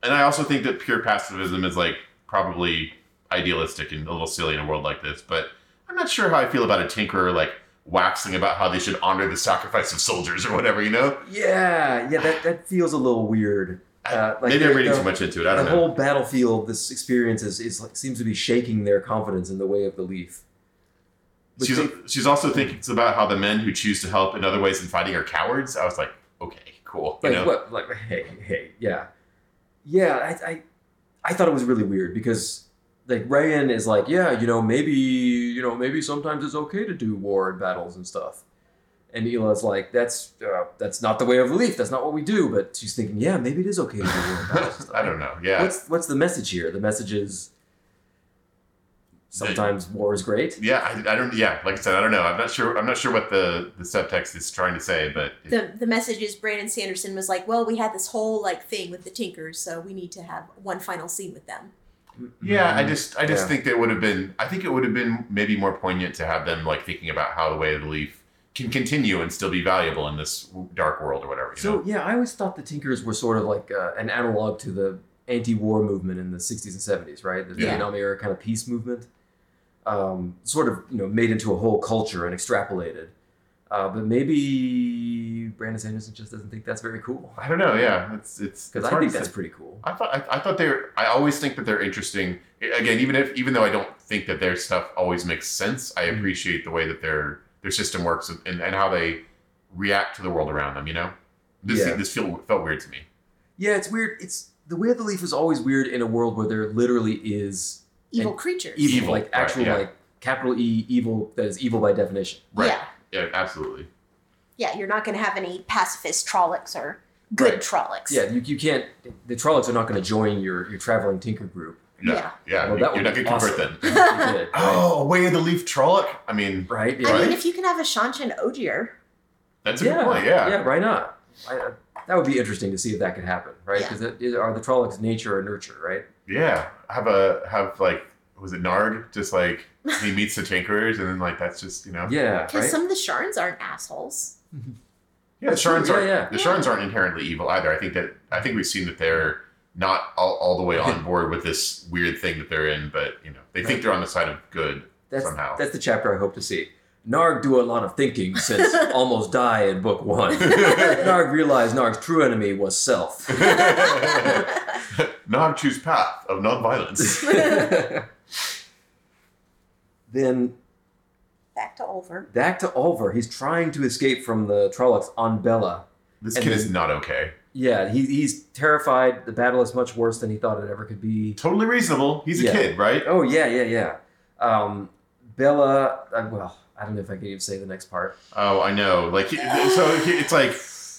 [SPEAKER 1] and I also think that pure pacifism is like probably idealistic and a little silly in a world like this. But I'm not sure how I feel about a tinkerer like waxing about how they should honor the sacrifice of soldiers or whatever, you know?
[SPEAKER 2] Yeah, yeah, that, that feels a little weird. Uh, like
[SPEAKER 1] Maybe
[SPEAKER 2] the-
[SPEAKER 1] I'm reading
[SPEAKER 2] the-
[SPEAKER 1] too much into it. I don't
[SPEAKER 2] the
[SPEAKER 1] know.
[SPEAKER 2] whole battlefield, this experience is, is like seems to be shaking their confidence in the way of the leaf. But
[SPEAKER 1] she's,
[SPEAKER 2] they-
[SPEAKER 1] she's also thinking it's about how the men who choose to help in other ways in fighting are cowards. I was like, okay, cool. You
[SPEAKER 2] like
[SPEAKER 1] know?
[SPEAKER 2] what? Like hey, hey, yeah, yeah. I, I, I thought it was really weird because like Rayan is like, yeah, you know, maybe you know, maybe sometimes it's okay to do war and battles and stuff. And Ela's like, that's uh, that's not the way of the leaf. That's not what we do. But she's thinking, yeah, maybe it is okay to do war and
[SPEAKER 1] *laughs*
[SPEAKER 2] battles and stuff.
[SPEAKER 1] I don't know. Yeah.
[SPEAKER 2] What's what's the message here? The message is sometimes war is great.
[SPEAKER 1] yeah, I, I don't. Yeah, like I said, I don't know. I'm not sure. I'm not sure what the, the subtext is trying to say, but it-
[SPEAKER 3] The the message is Brandon Sanderson was like, well, we had this whole like thing with the Tinkers, so we need to have one final scene with them.
[SPEAKER 1] yeah, I just, I just
[SPEAKER 2] Yeah.
[SPEAKER 1] think that would have been. I think it would have been maybe more poignant to have them like thinking about how the way of the leaf can continue and still be valuable in this dark world or whatever. You
[SPEAKER 2] So
[SPEAKER 1] know?
[SPEAKER 2] yeah, I always thought the Tinkers were sort of like uh, an analog to the anti-war movement in the '60s and '70s, right? The
[SPEAKER 1] Yeah.
[SPEAKER 2] Vietnam era kind of peace movement, um, sort of you know made into a whole culture and extrapolated. Uh, but maybe Brandon Sanderson just doesn't think that's very cool
[SPEAKER 1] I don't know. Yeah, it's it's.
[SPEAKER 2] because
[SPEAKER 1] it's
[SPEAKER 2] I
[SPEAKER 1] hard
[SPEAKER 2] think
[SPEAKER 1] to
[SPEAKER 2] that's
[SPEAKER 1] say.
[SPEAKER 2] pretty cool.
[SPEAKER 1] I thought I, I thought they're. I always think that they're interesting. I- Again, even if even though I don't think that their stuff always makes sense, I
[SPEAKER 2] Mhm.
[SPEAKER 1] appreciate the way that their their system works and, and how they react to the world around them. You know, this
[SPEAKER 2] Yeah.
[SPEAKER 1] this feel, felt weird to me.
[SPEAKER 2] Yeah, it's weird. It's the way of the leaf is always weird in a world where there literally is
[SPEAKER 3] Evil
[SPEAKER 2] And
[SPEAKER 3] creatures.
[SPEAKER 2] evil,
[SPEAKER 1] Evil,
[SPEAKER 2] like
[SPEAKER 1] right,
[SPEAKER 2] actual
[SPEAKER 1] yeah.
[SPEAKER 2] like capital E evil that is evil by definition.
[SPEAKER 1] Right.
[SPEAKER 3] Yeah.
[SPEAKER 1] Yeah, absolutely.
[SPEAKER 3] Yeah, you're not going to have any pacifist Trollocs or good
[SPEAKER 2] Right.
[SPEAKER 3] Trollocs.
[SPEAKER 2] Yeah, you, you can't. The Trollocs are not going to join your your traveling tinker group.
[SPEAKER 1] Yeah, yeah.
[SPEAKER 2] Well,
[SPEAKER 1] you-
[SPEAKER 2] that
[SPEAKER 1] you're
[SPEAKER 2] would
[SPEAKER 1] not
[SPEAKER 2] be
[SPEAKER 1] gonna convert them.
[SPEAKER 2] awesome. If *laughs* you did, right?
[SPEAKER 1] Oh, way of the leaf Trolloc. I mean,
[SPEAKER 2] right.
[SPEAKER 3] I
[SPEAKER 2] Yeah.
[SPEAKER 1] Right.
[SPEAKER 3] mean, if you can have a Shanshan Ogier,
[SPEAKER 1] that's a
[SPEAKER 2] yeah.
[SPEAKER 1] good point. Yeah.
[SPEAKER 2] Why not? I, uh, that would be interesting to see if that could happen, right?
[SPEAKER 3] Yeah.
[SPEAKER 2] Because are the Trollocs nature or nurture, right?
[SPEAKER 1] yeah, Have a have like was it Narg? Just like he meets the Tinkerers and then like that's just you know.
[SPEAKER 2] Yeah.
[SPEAKER 3] because
[SPEAKER 2] Right.
[SPEAKER 3] some of the Sharns
[SPEAKER 2] *laughs*
[SPEAKER 3] aren't assholes. *laughs*
[SPEAKER 1] Yeah, the
[SPEAKER 2] That's true.
[SPEAKER 1] Sharns
[SPEAKER 2] Yeah,
[SPEAKER 1] aren't.
[SPEAKER 2] yeah.
[SPEAKER 1] The
[SPEAKER 3] Yeah.
[SPEAKER 1] Sharns aren't inherently evil either. I think that I think we've seen that they're not all, all the way
[SPEAKER 2] *laughs*
[SPEAKER 1] on board with this weird thing that they're in, but you know they think they're on the side of
[SPEAKER 2] *laughs*
[SPEAKER 1] good. *laughs*
[SPEAKER 2] that's
[SPEAKER 1] somehow.
[SPEAKER 2] that's the chapter I hope to see. Narg do a lot of thinking *laughs* since almost die in book *laughs* one. Narg realized Narg's true enemy was *laughs* self.
[SPEAKER 1] Nog choose path of
[SPEAKER 2] *laughs*
[SPEAKER 1] nonviolence.
[SPEAKER 2] then
[SPEAKER 3] Back to Olver.
[SPEAKER 2] back to Ulver. He's trying to escape from the Trollocs on Bella.
[SPEAKER 1] This
[SPEAKER 2] And
[SPEAKER 1] kid
[SPEAKER 2] then-
[SPEAKER 1] is not okay.
[SPEAKER 2] Yeah, he, he's terrified. The battle is much worse than he thought it ever could be.
[SPEAKER 1] Totally reasonable. He's a
[SPEAKER 2] Yeah.
[SPEAKER 1] kid, right?
[SPEAKER 2] Oh yeah, yeah, yeah. Um, Bella. Uh, well, I don't know if I can even say the next part.
[SPEAKER 1] Oh, I know. Like he- so, he- it's like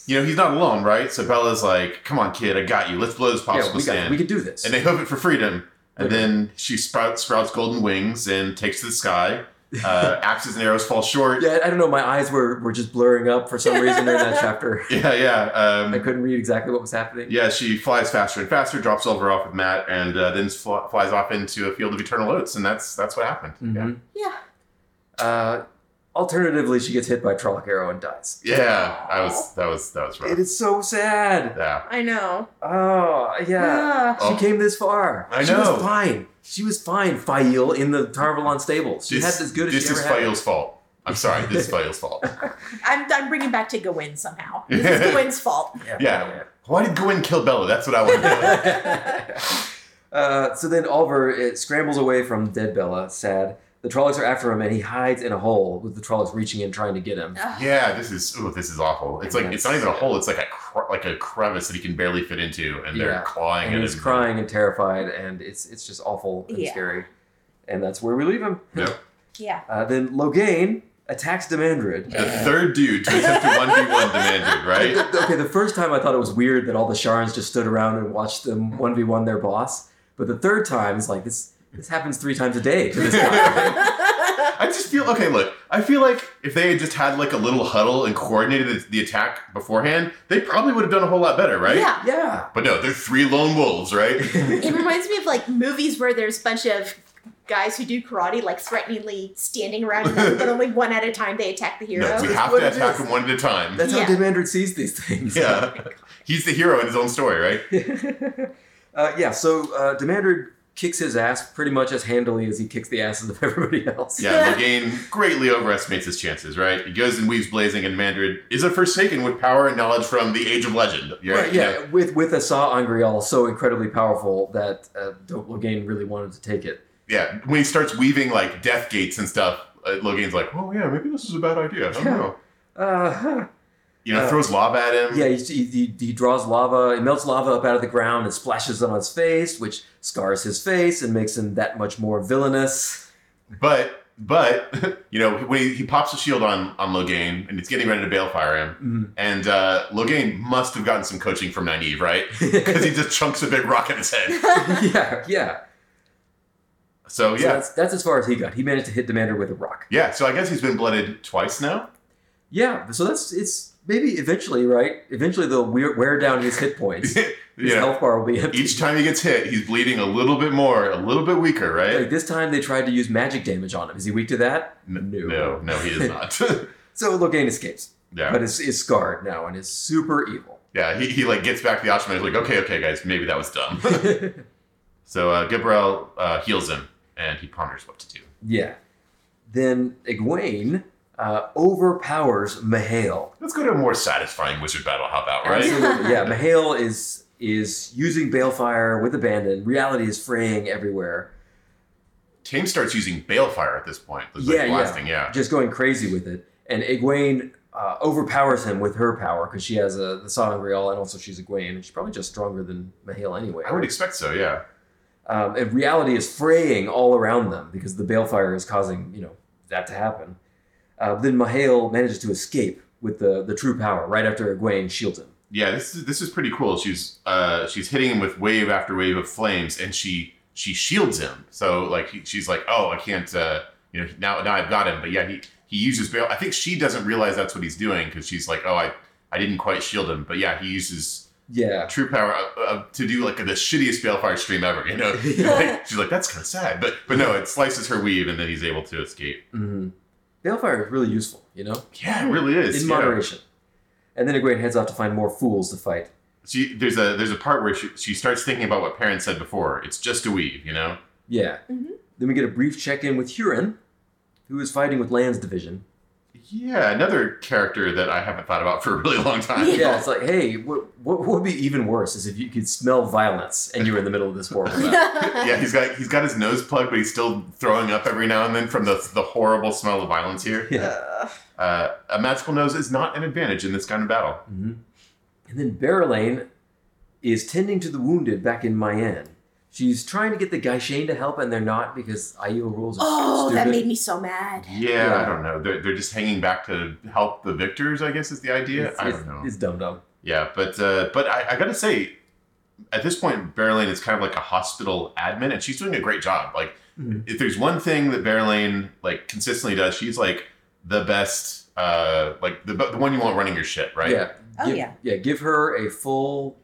[SPEAKER 1] you know he's not alone, right? So Bella's like, "Come on, kid, I got you. Let's blow this
[SPEAKER 2] yeah,
[SPEAKER 1] popsicle
[SPEAKER 2] we
[SPEAKER 1] stand."
[SPEAKER 2] got. We could do this.
[SPEAKER 1] and they hope it for freedom. And then she sprouts, sprouts golden wings and takes to the sky.
[SPEAKER 2] *laughs*
[SPEAKER 1] Uh, axes and arrows fall short.
[SPEAKER 2] yeah, I don't know. My eyes were were just blurring up for some reason during that chapter.
[SPEAKER 1] *laughs* Yeah, yeah.
[SPEAKER 2] I
[SPEAKER 1] Um,
[SPEAKER 2] couldn't read exactly what was happening.
[SPEAKER 1] yeah, she flies faster and faster, drops Oliver off with Matt, and uh, then fl- flies off into a field of eternal oats, and that's that's what happened.
[SPEAKER 2] Mhm.
[SPEAKER 3] Yeah.
[SPEAKER 2] Uh, alternatively, she gets hit by a Trolloc arrow and dies.
[SPEAKER 1] Yeah, yeah. I was that was that was
[SPEAKER 2] It
[SPEAKER 1] rough.
[SPEAKER 2] is so sad.
[SPEAKER 1] Yeah,
[SPEAKER 3] I know.
[SPEAKER 2] Oh yeah.
[SPEAKER 3] Ah.
[SPEAKER 1] Oh.
[SPEAKER 2] She came this far.
[SPEAKER 1] I
[SPEAKER 2] she
[SPEAKER 1] know.
[SPEAKER 2] was fine. She was fine, Fail, in the Tarvalon stables. She
[SPEAKER 1] This-
[SPEAKER 2] had as good as
[SPEAKER 1] this
[SPEAKER 2] she ever
[SPEAKER 1] is
[SPEAKER 2] had.
[SPEAKER 1] Fael's fault. I'm sorry,
[SPEAKER 2] *laughs*
[SPEAKER 1] this is Fael's fault.
[SPEAKER 2] *laughs*
[SPEAKER 3] I'm, I'm bringing back to Gawain somehow. This is Gawain's fault.
[SPEAKER 2] Yeah,
[SPEAKER 1] Yeah. Why did Gawain kill Bella? That's what I want to
[SPEAKER 2] *laughs*
[SPEAKER 1] know.
[SPEAKER 2] uh, so then Oliver it scrambles away from dead Bella, sad. The Trollocs are after him, and he hides in a hole with the Trollocs reaching in trying to get him.
[SPEAKER 3] Ugh.
[SPEAKER 1] Yeah, this is ooh, this is awful. It's like it's not
[SPEAKER 2] Yes.
[SPEAKER 1] even a hole. It's like a cr- like a crevice that he can barely fit into, and they're
[SPEAKER 2] Yeah.
[SPEAKER 1] clawing
[SPEAKER 2] And
[SPEAKER 1] at
[SPEAKER 2] he's
[SPEAKER 1] him.
[SPEAKER 2] crying and terrified, and it's it's just awful and
[SPEAKER 3] Yeah.
[SPEAKER 2] scary. And that's where we leave him.
[SPEAKER 1] Yep.
[SPEAKER 3] Yeah.
[SPEAKER 2] Uh, then Loghain attacks Demandrid.
[SPEAKER 1] The third dude to attempt to one v one demanded, *laughs* right?
[SPEAKER 2] okay, the first time I thought it was weird that all the Sharans just stood around and watched them one v one their boss, but the third time is like this. This happens three times a day to this guy.
[SPEAKER 1] *laughs* I just feel okay. Look, I feel like if they had just had like a little huddle and coordinated the, the attack beforehand, they probably would have done a whole lot better, right?
[SPEAKER 3] Yeah.
[SPEAKER 2] yeah.
[SPEAKER 1] But no, they're three lone wolves, right?
[SPEAKER 3] It reminds me of like movies where there's a bunch of guys who do karate like threateningly standing around and then, but only one at a time they attack the hero. *laughs*
[SPEAKER 1] no, we
[SPEAKER 2] That's
[SPEAKER 1] have
[SPEAKER 2] what
[SPEAKER 1] to
[SPEAKER 2] it
[SPEAKER 1] attack
[SPEAKER 2] is.
[SPEAKER 1] them one at a time.
[SPEAKER 2] That's
[SPEAKER 3] Yeah.
[SPEAKER 2] how Demandrid sees these things.
[SPEAKER 1] yeah, he's the hero in his own story, right?
[SPEAKER 2] *laughs* uh, yeah. So uh, Demandrid kicks his ass pretty much as handily as he kicks the asses of *laughs* everybody else. *laughs*
[SPEAKER 1] Yeah, Loghain greatly overestimates his chances, right? He goes and weaves blazing, and Mandarin is a Forsaken with power and knowledge from the Age of Legend. You're
[SPEAKER 2] Right, yeah, with with Asa Angreal so incredibly powerful that uh, Loghain really wanted to take it.
[SPEAKER 1] yeah. When he starts weaving like death gates and stuff, uh, Loghain's like, "Oh yeah, maybe this is a bad idea." I don't
[SPEAKER 2] Yeah.
[SPEAKER 1] know.
[SPEAKER 2] Uh, *laughs* huh.
[SPEAKER 1] You know,
[SPEAKER 2] Uh,
[SPEAKER 1] throws lava at him.
[SPEAKER 2] Yeah, he, he, he draws lava, it melts lava up out of the ground and splashes it on his face, which scars his face and makes him that much more villainous.
[SPEAKER 1] But but *laughs* you know when he, he pops a shield on on Loghain and it's getting ready to balefire him,
[SPEAKER 2] *laughs* Mhm.
[SPEAKER 1] and uh, Loghain must have gotten some coaching from Nynaeve, right? *laughs* Because he just chunks a big rock in his head.
[SPEAKER 2] *laughs* yeah, yeah.
[SPEAKER 1] So Oh,
[SPEAKER 2] So
[SPEAKER 1] yeah,
[SPEAKER 2] *laughs* that's, that's as far as he got. He managed to hit Demander with a rock.
[SPEAKER 1] yeah. So I guess he's been blooded twice now.
[SPEAKER 2] Yeah, so that's it's maybe eventually, right? Eventually they'll wear, wear down his
[SPEAKER 1] *laughs*
[SPEAKER 2] hit points. His
[SPEAKER 1] Yeah.
[SPEAKER 2] health bar will be empty.
[SPEAKER 1] Each time he gets hit, he's bleeding a little bit more, a little bit weaker, right?
[SPEAKER 2] Like this time they tried to use magic damage on him. Is he weak to that?
[SPEAKER 1] N- No, no, he is
[SPEAKER 2] *laughs*
[SPEAKER 1] not. *laughs*
[SPEAKER 2] So Loghain escapes,
[SPEAKER 1] yeah,
[SPEAKER 2] but is, is scarred now and is super evil. *laughs*
[SPEAKER 1] yeah. He, he like gets back to the Ashman. He's like, okay, okay, guys, maybe that was dumb. *laughs* so uh, Gabriel uh, heals him, and he ponders what to do.
[SPEAKER 2] Yeah. Then Egwene uh, overpowers Mahale.
[SPEAKER 1] Let's go to a more satisfying wizard battle. How about right? *laughs*
[SPEAKER 2] Absolutely. yeah, Mahale is is using Balefire with abandon. Reality is fraying everywhere,
[SPEAKER 1] Tame starts using balefire at this point. It's
[SPEAKER 2] Yeah,
[SPEAKER 1] like
[SPEAKER 2] yeah.
[SPEAKER 1] blasting. Yeah.
[SPEAKER 2] just going crazy with it. And Egwene uh, overpowers him with her power because she has a, the Sangreal and also she's Egwene, and she's probably just stronger than Mahale anyway.
[SPEAKER 1] I would expect so. Yeah.
[SPEAKER 2] um, and reality is fraying all around them because the balefire is causing you know that to happen. Uh, then Mahale manages to escape with the the true power right after Egwene shields him.
[SPEAKER 1] Yeah. This is this is pretty cool. She's uh she's hitting him with wave after wave of flames, and she she shields him. So like he, she's like, oh, I can't. uh You know, now now I've got him. But yeah, he he uses bail. I think she doesn't realize that's what he's doing because she's like, oh, I I didn't quite shield him. But yeah, he uses
[SPEAKER 2] Yeah,
[SPEAKER 1] true power uh, uh, to do like the shittiest balefire stream ever.
[SPEAKER 2] *laughs*
[SPEAKER 1] You know, *laughs* Like, she's like, that's kind of sad. But but no, it slices her weave, and then he's able to escape.
[SPEAKER 2] hmm balefire is really useful, you know,
[SPEAKER 1] Yeah, it really is.
[SPEAKER 2] in
[SPEAKER 1] yeah.
[SPEAKER 2] moderation. And then Egwene heads off to find more fools to fight.
[SPEAKER 1] she there's a there's a part where she, she starts thinking about what parents said before. It's just a weave, you know.
[SPEAKER 2] Yeah.
[SPEAKER 3] Mhm.
[SPEAKER 2] Then we get a brief check in with Huron, who is fighting with Land's division.
[SPEAKER 1] Yeah, another character that I haven't thought about for a really long time.
[SPEAKER 3] Yeah.
[SPEAKER 2] Yeah, it's like, hey, what, what would be even worse is if you could smell violence and you were in the middle of this
[SPEAKER 3] *laughs*
[SPEAKER 2] horrible battle.
[SPEAKER 1] Yeah, he's got he's got his nose plugged, but he's still throwing up every now and then from the the horrible smell of violence here.
[SPEAKER 2] Yeah.
[SPEAKER 1] Uh, a magical nose is not an advantage in this kind of battle.
[SPEAKER 2] hmm And then Barrelane is tending to the wounded back in Mayan. She's trying to get the Gaishane to help, and they're not because IEO rules are
[SPEAKER 3] oh,
[SPEAKER 2] stupid.
[SPEAKER 3] that made me so mad.
[SPEAKER 1] Yeah, I don't know. They're, they're just hanging back to help the victors. I guess is the idea.
[SPEAKER 2] It's,
[SPEAKER 1] I
[SPEAKER 2] it's,
[SPEAKER 1] don't know.
[SPEAKER 2] It's dumb dumb.
[SPEAKER 1] Yeah, but uh, but I, I gotta say, at this point, Barrelane is kind of like a hospital admin, and she's doing a great job. Like,
[SPEAKER 2] Mhm.
[SPEAKER 1] if there's one thing that Barrelane like consistently does, she's like the best, uh, like the, the one you want running your ship, right?
[SPEAKER 2] Yeah.
[SPEAKER 3] Oh,
[SPEAKER 2] give,
[SPEAKER 3] yeah.
[SPEAKER 2] Give her a full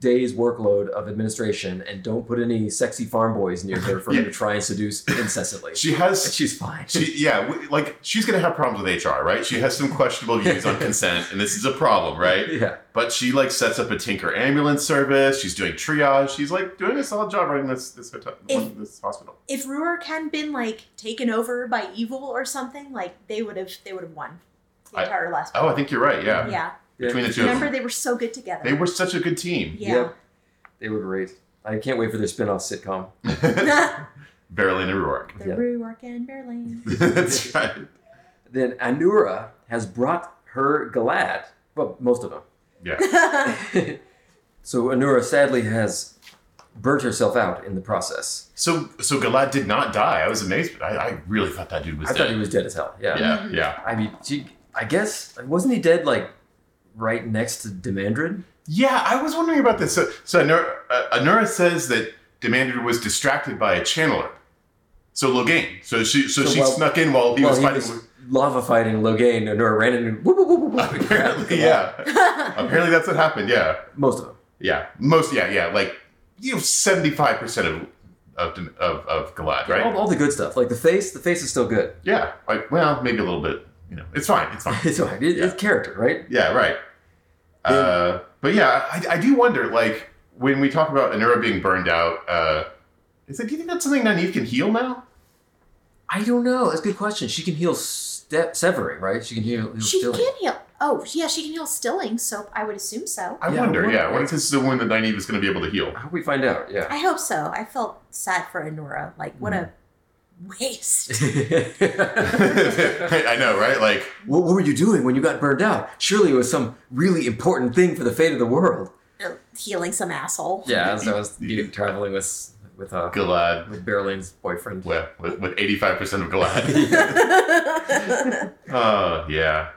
[SPEAKER 2] day's workload of administration, and don't put any sexy farm boys near her for her to try and seduce incessantly.
[SPEAKER 1] She has.
[SPEAKER 2] She's fine.
[SPEAKER 1] She, yeah, w- like she's gonna have problems with HR, right? She has some questionable views on consent, and this is a problem, right?
[SPEAKER 2] yeah.
[SPEAKER 1] But she like sets up a Tinker ambulance service. She's doing triage. She's like doing a solid job running this this hotel,
[SPEAKER 3] If-
[SPEAKER 1] this hospital.
[SPEAKER 3] If Rurik hadn't been like taken over by evil or something, like they would have they would have won the
[SPEAKER 1] I-
[SPEAKER 3] entire last
[SPEAKER 1] Oh, I think you're right. Yeah.
[SPEAKER 3] Yeah.
[SPEAKER 2] Yeah.
[SPEAKER 1] between the two of
[SPEAKER 3] Remember,
[SPEAKER 1] them.
[SPEAKER 3] they were so good together. *laughs*
[SPEAKER 1] They were such a good team.
[SPEAKER 3] Yeah.
[SPEAKER 2] They were great. I can't wait for their spin-off sitcom.
[SPEAKER 1] *laughs* Barreling and Rourke.
[SPEAKER 3] the
[SPEAKER 2] Yeah.
[SPEAKER 3] Ruark and Berlin.
[SPEAKER 1] *laughs*
[SPEAKER 3] *laughs*
[SPEAKER 1] That's right.
[SPEAKER 2] Then Anura has brought her Galad, well, most of
[SPEAKER 1] Yeah.
[SPEAKER 3] yeah.
[SPEAKER 2] them. *laughs* so Anura sadly has burnt herself out in the process.
[SPEAKER 1] So so Galad did not die. I was amazed. I, I really thought that dude was
[SPEAKER 2] I
[SPEAKER 1] dead.
[SPEAKER 2] thought he was dead as hell. Yeah.
[SPEAKER 1] yeah, yeah.
[SPEAKER 2] I mean, she, I guess wasn't he dead like right next to Demandrid?
[SPEAKER 1] Yeah, I was wondering about this. So, so Anura, uh, Anura says that Demander was distracted by a channeler. So Loghain. So she so,
[SPEAKER 2] So
[SPEAKER 1] she
[SPEAKER 2] while-
[SPEAKER 1] snuck in while he
[SPEAKER 2] well,
[SPEAKER 1] was
[SPEAKER 2] he
[SPEAKER 1] fighting.
[SPEAKER 2] was lava fighting Loghain, Anura ran in and whoop, whoop, whoop, whoop,
[SPEAKER 1] *laughs*
[SPEAKER 2] whoop.
[SPEAKER 1] Apparently, yeah. Apparently that's what happened. Yeah,
[SPEAKER 2] Most of them.
[SPEAKER 1] yeah. Most, yeah, yeah. Like you know, seventy five percent of of Dem- of, of Galad, right?
[SPEAKER 2] All, all the good stuff. Like the face, the face is still good. *laughs*
[SPEAKER 1] Yeah. Like well, maybe a little bit. You know, it's fine. It's fine.
[SPEAKER 2] It's all right. It, It's character, right?
[SPEAKER 1] Yeah, right. Uh, but yeah, I, I do wonder, like, when we talk about Anura being burned out, uh, is it, do you think that's something Nynaeve can heal now?
[SPEAKER 2] I don't know. That's a good question. She can heal ste- severing, right? She can heal, heal
[SPEAKER 3] she
[SPEAKER 2] stilling.
[SPEAKER 3] can heal. Oh, yeah, she can heal stilling, so I would assume so.
[SPEAKER 1] I
[SPEAKER 2] Yeah, I
[SPEAKER 1] wonder,
[SPEAKER 2] wonder.
[SPEAKER 1] yeah. What if this is the one that Nynaeve is going to be able to heal? *laughs*
[SPEAKER 2] I hope we find out. *laughs* Yeah.
[SPEAKER 3] I hope so. I felt sad for Anora. Like, what a
[SPEAKER 2] Mm.
[SPEAKER 3] waste.
[SPEAKER 1] I know, right? Like,
[SPEAKER 2] what, what were you doing when you got burned out? Surely it was some really important thing for the fate of the world.
[SPEAKER 3] Uh, Healing some asshole. *laughs*
[SPEAKER 2] Yeah, as I was getting, traveling with with uh,
[SPEAKER 1] Galad,
[SPEAKER 2] with Berlin's boyfriend.
[SPEAKER 1] well, with, with 85% of Galad.
[SPEAKER 2] *laughs*
[SPEAKER 1] Oh, yeah.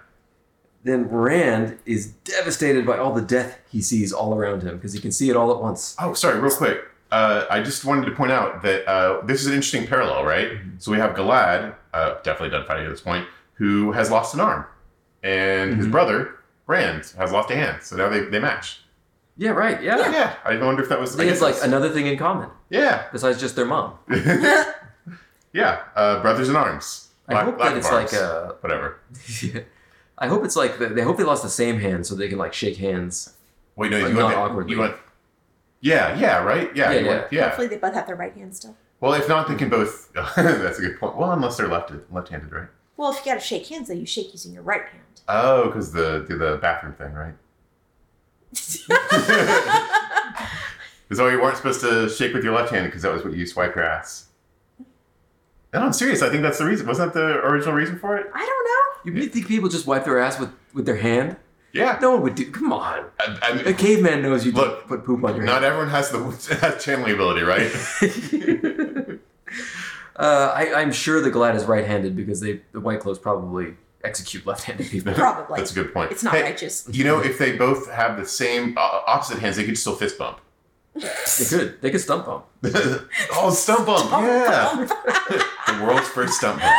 [SPEAKER 2] Then Rand is devastated by all the death he sees all around him because he can see it all at once.
[SPEAKER 1] Oh, sorry, real quick. Uh, I just wanted to point out that uh, this is an interesting parallel, right?
[SPEAKER 2] Mm-hmm.
[SPEAKER 1] So we have Galad, uh, definitely done fighting at this point, who has lost an arm, and his
[SPEAKER 2] Mhm.
[SPEAKER 1] brother Rand has lost a hand. So now they, they match.
[SPEAKER 2] Yeah, right. Yeah,
[SPEAKER 1] Yeah. I wonder if that was. I
[SPEAKER 2] they have
[SPEAKER 1] guess
[SPEAKER 2] like
[SPEAKER 1] that's-
[SPEAKER 2] another thing in common
[SPEAKER 1] yeah,
[SPEAKER 2] besides just their mom.
[SPEAKER 1] yeah, uh, brothers in arms.
[SPEAKER 2] I
[SPEAKER 1] Lack-
[SPEAKER 2] hope
[SPEAKER 1] lack of
[SPEAKER 2] that it's
[SPEAKER 1] arms.
[SPEAKER 2] like uh,
[SPEAKER 1] whatever.
[SPEAKER 2] *laughs* I hope it's like the, they hope they lost the same hand so they can like shake hands.
[SPEAKER 1] Wait, no,
[SPEAKER 2] But
[SPEAKER 1] you
[SPEAKER 2] not
[SPEAKER 1] want, that-
[SPEAKER 2] awkwardly.
[SPEAKER 1] you want. Yeah, yeah, right. Yeah,
[SPEAKER 2] Yeah,
[SPEAKER 1] you want- yeah.
[SPEAKER 3] Hopefully they both have their right hand still.
[SPEAKER 1] Well, if not, they can both. *laughs* that's a good point. Well, unless they're left left-handed, right?
[SPEAKER 3] Well, if you gotta shake hands, though, you shake using your right hand. *laughs*
[SPEAKER 1] Oh, because the do the bathroom thing, right? *laughs* Because oh, you weren't supposed to shake with your left hand because that was what you swipe your ass. No, I'm serious. I think that's the reason. Wasn't that the original reason for it?
[SPEAKER 3] I don't know.
[SPEAKER 1] *laughs*
[SPEAKER 2] You really think people just wipe their ass with with their hand?
[SPEAKER 1] Yeah.
[SPEAKER 2] No one would do. Come on,
[SPEAKER 1] I, I
[SPEAKER 2] a
[SPEAKER 1] mean,
[SPEAKER 2] caveman knows you
[SPEAKER 1] Look,
[SPEAKER 2] don't put poop on your
[SPEAKER 1] *laughs* not everyone has the has channeling ability, right? *laughs*
[SPEAKER 2] hand. *laughs* uh, I, I'm sure the Glad is right-handed because they the White Clothes probably execute left-handed people.
[SPEAKER 3] Probably.
[SPEAKER 1] That's a good point.
[SPEAKER 3] It's not
[SPEAKER 1] Hey,
[SPEAKER 3] righteous.
[SPEAKER 1] You know, if they both have the same uh, opposite hands, they could still fist bump. *laughs*
[SPEAKER 2] They could. They could stump them.
[SPEAKER 1] oh, stump bump!
[SPEAKER 3] *laughs*
[SPEAKER 1] yeah, the world's first stump *laughs* bump.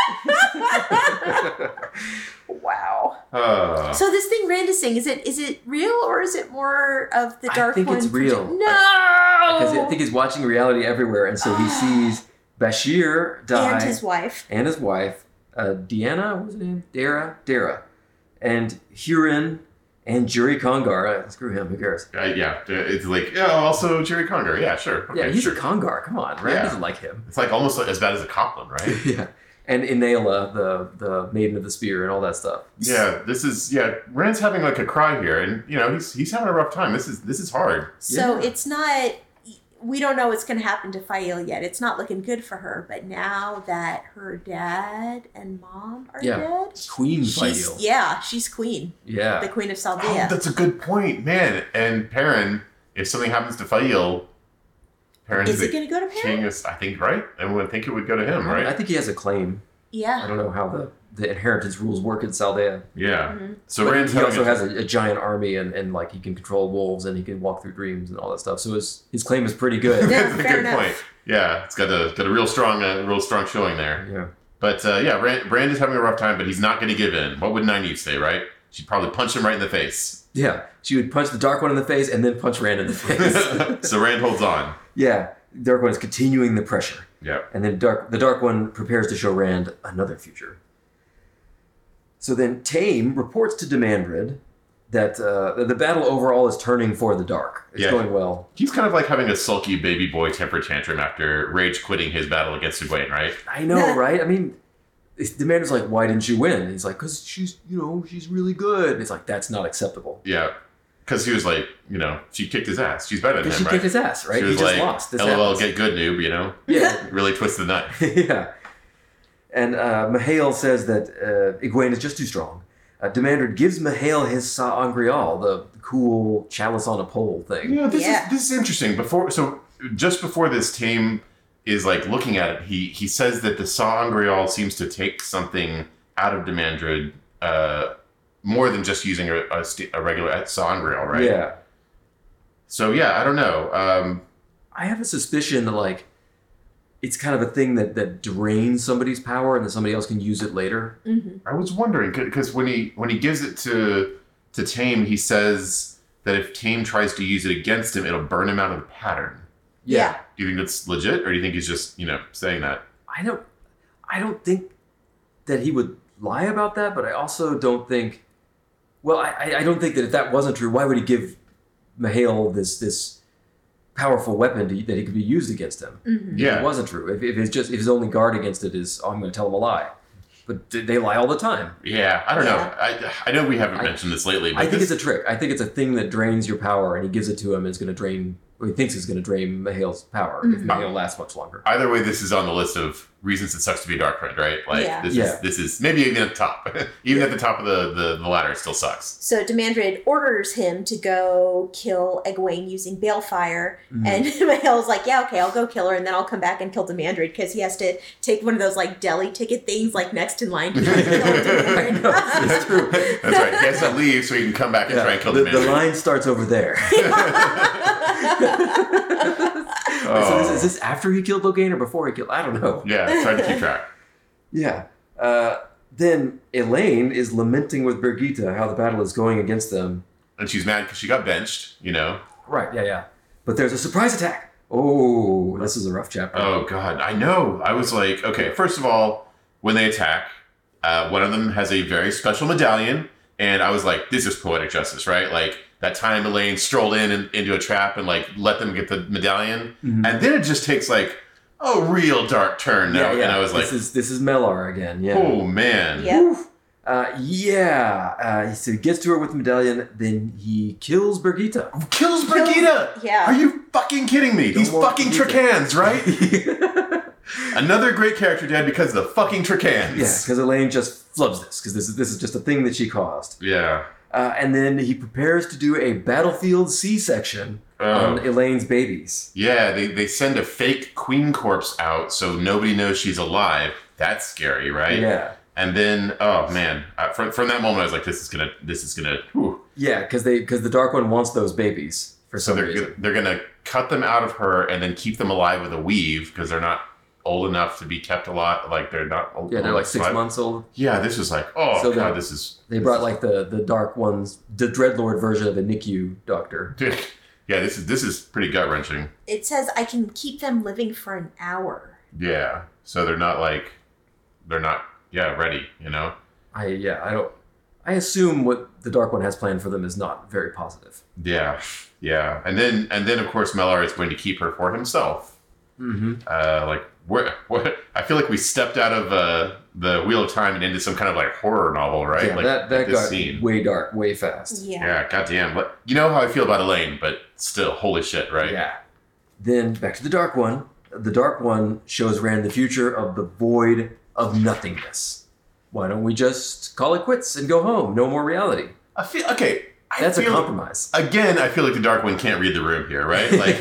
[SPEAKER 3] wow.
[SPEAKER 1] Uh,
[SPEAKER 3] So this thing Rand is saying, is it is it real or is it more of the
[SPEAKER 2] I
[SPEAKER 3] dark
[SPEAKER 2] think
[SPEAKER 3] one?
[SPEAKER 2] it's real.
[SPEAKER 3] No.
[SPEAKER 2] Because
[SPEAKER 3] Oh.
[SPEAKER 2] I think he's watching reality everywhere, and so he sees Bashir die
[SPEAKER 3] Ah. and his wife.
[SPEAKER 2] and his wife, uh, Deanna, what was her name? Dara? Dara. And Hurin and Juri Kongar. Uh, screw him, who cares?
[SPEAKER 1] uh, yeah, it's like yeah. Also, Jerry Conger. Yeah, sure.
[SPEAKER 2] yeah,
[SPEAKER 1] Okay,
[SPEAKER 2] he's
[SPEAKER 1] sure.
[SPEAKER 2] a Kongar. Come on, Rand
[SPEAKER 1] Yeah.
[SPEAKER 2] doesn't like him. *laughs*
[SPEAKER 1] It's like almost as bad as a Copland, right?
[SPEAKER 2] yeah. And Inela, the, the maiden of the spear, and all that stuff.
[SPEAKER 1] yeah, this is yeah. Rand's having like a cry here, and you know he's he's having a rough time. This is this is hard.
[SPEAKER 3] So
[SPEAKER 2] Yeah.
[SPEAKER 3] it's not we don't know what's gonna happen to Fael yet. It's not looking good for her, but now that her dad and mom are
[SPEAKER 2] Yeah.
[SPEAKER 3] dead.
[SPEAKER 2] Queen
[SPEAKER 3] She's,
[SPEAKER 2] Fael.
[SPEAKER 3] yeah, she's queen,
[SPEAKER 2] Yeah.
[SPEAKER 3] the queen of
[SPEAKER 1] Oh,
[SPEAKER 3] Saldea.
[SPEAKER 1] that's a good point, man. And Perrin, if something happens to Fail, Perrin's
[SPEAKER 3] Is
[SPEAKER 1] the
[SPEAKER 3] it going to go to Perrin?
[SPEAKER 1] king. Is, I think right. Everyone think it would go to him, right?
[SPEAKER 2] I think he has a claim. I
[SPEAKER 3] Yeah.
[SPEAKER 2] don't know how the, the inheritance rules work in Saldea.
[SPEAKER 1] yeah.
[SPEAKER 3] Mhm.
[SPEAKER 1] So
[SPEAKER 2] Mm-hmm. But
[SPEAKER 1] Rand's
[SPEAKER 2] he
[SPEAKER 1] having
[SPEAKER 2] also
[SPEAKER 1] a-
[SPEAKER 2] has a, a giant army and, and like he can control wolves and he can walk through dreams and all that stuff. So his his claim is pretty good.
[SPEAKER 1] *laughs*
[SPEAKER 3] Yeah,
[SPEAKER 1] that's a
[SPEAKER 3] fair
[SPEAKER 1] good
[SPEAKER 3] enough.
[SPEAKER 1] point. Yeah, it's got a got a real strong uh, real strong showing there.
[SPEAKER 2] *laughs* yeah.
[SPEAKER 1] But uh, yeah, Rand, Rand is having a rough time, but he's not going to give in. What would Nynaeve say, right? She'd probably punch him right in the
[SPEAKER 2] *laughs*
[SPEAKER 1] face.
[SPEAKER 2] Yeah. She would punch the dark one in the face and then punch Rand in the face.
[SPEAKER 1] *laughs* so Rand holds on.
[SPEAKER 2] yeah. Dark one is continuing the pressure.
[SPEAKER 1] Yeah.
[SPEAKER 2] And then dark the dark one prepares to show Rand another future. So then Tame reports to Demandrid that uh, that the battle overall is turning for the dark. It's
[SPEAKER 1] Yeah.
[SPEAKER 2] going well.
[SPEAKER 1] He's kind of like having a sulky baby boy temper tantrum after rage quitting his battle against Egwene, right?
[SPEAKER 2] I know, right? I mean, Demander's like, why didn't you win? He's like, because she's, you know, she's really good. And it's like, that's not acceptable.
[SPEAKER 1] Yeah. Because he was like, you know, she kicked his ass. She's better than
[SPEAKER 2] Because
[SPEAKER 1] him,
[SPEAKER 2] she
[SPEAKER 1] right?
[SPEAKER 2] kicked his ass, right?
[SPEAKER 1] She
[SPEAKER 2] He
[SPEAKER 1] was
[SPEAKER 2] just
[SPEAKER 1] like,
[SPEAKER 2] lost. This
[SPEAKER 1] LOL,
[SPEAKER 2] happens.
[SPEAKER 1] get good, noob, you know?
[SPEAKER 2] yeah,
[SPEAKER 1] *laughs* Really twist the nut.
[SPEAKER 2] *laughs* yeah. And uh, Mahale says that uh, Egwene is just too strong. Uh, Demander gives Mahale his Sangreal, the cool chalice on a pole
[SPEAKER 1] You
[SPEAKER 2] thing.
[SPEAKER 1] know, this
[SPEAKER 3] Yeah.
[SPEAKER 1] is this is interesting. Before so just before this team is like looking at it, he he says that the Sangreal seems to take something out of Demandrid uh, more than just using a, a, st- a regular Sangreal, right?
[SPEAKER 2] Yeah.
[SPEAKER 1] So yeah, I don't know. Um,
[SPEAKER 2] I have a suspicion that, like, it's kind of a thing that, that drains somebody's power and then somebody else can use it later.
[SPEAKER 3] hmm
[SPEAKER 1] I was wondering because when he when he gives it to to Tame, he says that if Tame tries to use it against him, it'll burn him out of the pattern.
[SPEAKER 3] Yeah.
[SPEAKER 1] Do you think that's legit, or do you think he's just you know saying that?
[SPEAKER 2] I don't I don't think that he would lie about that, but I also don't think well, I, I- I don't think that if that wasn't true, why would he give Mahale this this powerful weapon to, that he could be used against him?
[SPEAKER 3] hmm
[SPEAKER 2] If it
[SPEAKER 1] Yeah,
[SPEAKER 2] wasn't true. If, if it's just if his only guard against it is oh, I'm going to tell him a lie, but th- they lie all the time.
[SPEAKER 1] yeah. I don't know. I I know we haven't
[SPEAKER 2] I-
[SPEAKER 1] mentioned this lately, but
[SPEAKER 2] I think
[SPEAKER 1] this-
[SPEAKER 2] it's a trick. I think it's a thing that drains your power, and he gives it to him, and it's going to drain. Or he thinks it's going to drain Mahale's power if
[SPEAKER 3] Mhm.
[SPEAKER 2] Mahale lasts much longer.
[SPEAKER 1] either way, this is on the list of reasons it sucks to be a dark friend, right? Like
[SPEAKER 3] Yeah.
[SPEAKER 1] this
[SPEAKER 2] Yeah.
[SPEAKER 1] is this is maybe even at the top, *laughs* even at the top of the, the the ladder, it still
[SPEAKER 2] *laughs*
[SPEAKER 1] sucks.
[SPEAKER 3] So Demandrid orders him to go kill Egwene using balefire,
[SPEAKER 2] Mhm.
[SPEAKER 3] and *laughs* Mahale's like, "Yeah, okay, I'll go kill her, and then I'll come back and kill Demandrid because he has to take one of those like deli ticket things, like next in line to
[SPEAKER 2] *laughs*
[SPEAKER 3] kill
[SPEAKER 2] I know, it's
[SPEAKER 3] Demandrid."
[SPEAKER 2] true.
[SPEAKER 1] That's right. He has to leave so he can come back and
[SPEAKER 2] Yeah,
[SPEAKER 1] try and kill
[SPEAKER 2] the,
[SPEAKER 1] the,
[SPEAKER 2] the line starts over there. Wait,
[SPEAKER 1] Oh.
[SPEAKER 2] so this, is this after he killed Logain or before he killed? I don't know.
[SPEAKER 1] *laughs* yeah, it's hard to keep track.
[SPEAKER 2] Yeah. Uh, then Elaine is lamenting with Birgitta how the battle is going against them.
[SPEAKER 1] And she's mad because she got benched. You know.
[SPEAKER 2] Right. Yeah. Yeah. But there's a surprise attack. Oh, this is a rough chapter.
[SPEAKER 1] Oh God, I know. I was like, okay. First of all, when they attack, uh, one of them has a very special medallion, and I was like, this is poetic justice, right? Like that time Elaine strolled in and, into a trap and like let them get the medallion,
[SPEAKER 2] Mhm.
[SPEAKER 1] and then it just takes like a real dark turn. Now,
[SPEAKER 2] yeah, yeah.
[SPEAKER 1] and I was like,
[SPEAKER 2] this is this is Melar again. Yeah.
[SPEAKER 1] oh man,
[SPEAKER 3] Yeah.
[SPEAKER 2] Oof. Uh, yeah. Uh, so he gets to her with the medallion. Then he kills Birgitta.
[SPEAKER 1] kills Brigida. Are
[SPEAKER 3] yeah,
[SPEAKER 1] you fucking kidding me?
[SPEAKER 2] Don't
[SPEAKER 1] These
[SPEAKER 2] want
[SPEAKER 1] fucking
[SPEAKER 2] Brigida.
[SPEAKER 1] Tracans,
[SPEAKER 2] *laughs*
[SPEAKER 1] right?
[SPEAKER 2] yeah.
[SPEAKER 1] Another great character dead because of the fucking Tracans.
[SPEAKER 2] Because Elaine just flubs this because this is this is just a thing that she caused.
[SPEAKER 1] Yeah.
[SPEAKER 2] Uh, and then he prepares to do a battlefield C-section
[SPEAKER 1] Um,
[SPEAKER 2] on Elaine's babies.
[SPEAKER 1] Yeah, they, they send a fake queen corpse out so nobody knows she's alive. That's scary, right?
[SPEAKER 2] Yeah,
[SPEAKER 1] And then, oh man, uh, from, from that moment, I was like, this is gonna, this is gonna. whew.
[SPEAKER 2] yeah, because they because the Dark One wants those babies for
[SPEAKER 1] So
[SPEAKER 2] some
[SPEAKER 1] they're
[SPEAKER 2] reason.
[SPEAKER 1] go- they're gonna cut them out of her and then keep them alive with a weave because they're not old enough to be kept alive. Like they're not. Old,
[SPEAKER 2] Yeah, they're
[SPEAKER 1] old
[SPEAKER 2] like six
[SPEAKER 1] enough.
[SPEAKER 2] months old.
[SPEAKER 1] Yeah, this is like, oh
[SPEAKER 2] So
[SPEAKER 1] god,
[SPEAKER 2] they're-
[SPEAKER 1] this is.
[SPEAKER 2] They brought like the the Dark One's the Dreadlord version of a NICU doctor.
[SPEAKER 1] yeah, this is this is pretty gut wrenching.
[SPEAKER 3] it says I can keep them living for an hour.
[SPEAKER 1] Yeah, so they're not like, they're not yeah ready, you know.
[SPEAKER 2] I yeah, I don't. I assume what the Dark One has planned for them is not very positive.
[SPEAKER 1] Yeah, yeah, and then and then of course Mellar is going to keep her for himself.
[SPEAKER 2] Mm-hmm.
[SPEAKER 1] Uh, like we're, we're- I feel like we stepped out of uh, the wheel of time and into some kind of like horror novel, right?
[SPEAKER 2] Yeah,
[SPEAKER 1] like
[SPEAKER 2] that that
[SPEAKER 1] this
[SPEAKER 2] got
[SPEAKER 1] scene.
[SPEAKER 2] way dark, way fast.
[SPEAKER 1] Yeah,
[SPEAKER 3] Yeah,
[SPEAKER 1] goddamn. What you know how I feel about Elaine, but still, holy shit, right?
[SPEAKER 2] Yeah. Then back to the Dark One. The Dark One shows Rand the future of the void of nothingness. Why don't we just call it quits and go home? No more reality.
[SPEAKER 1] I feel okay. I
[SPEAKER 2] That's a
[SPEAKER 1] feel-
[SPEAKER 2] compromise.
[SPEAKER 1] Again, I feel like the Dark One can't read the room here, right?
[SPEAKER 2] *laughs*
[SPEAKER 1] Like,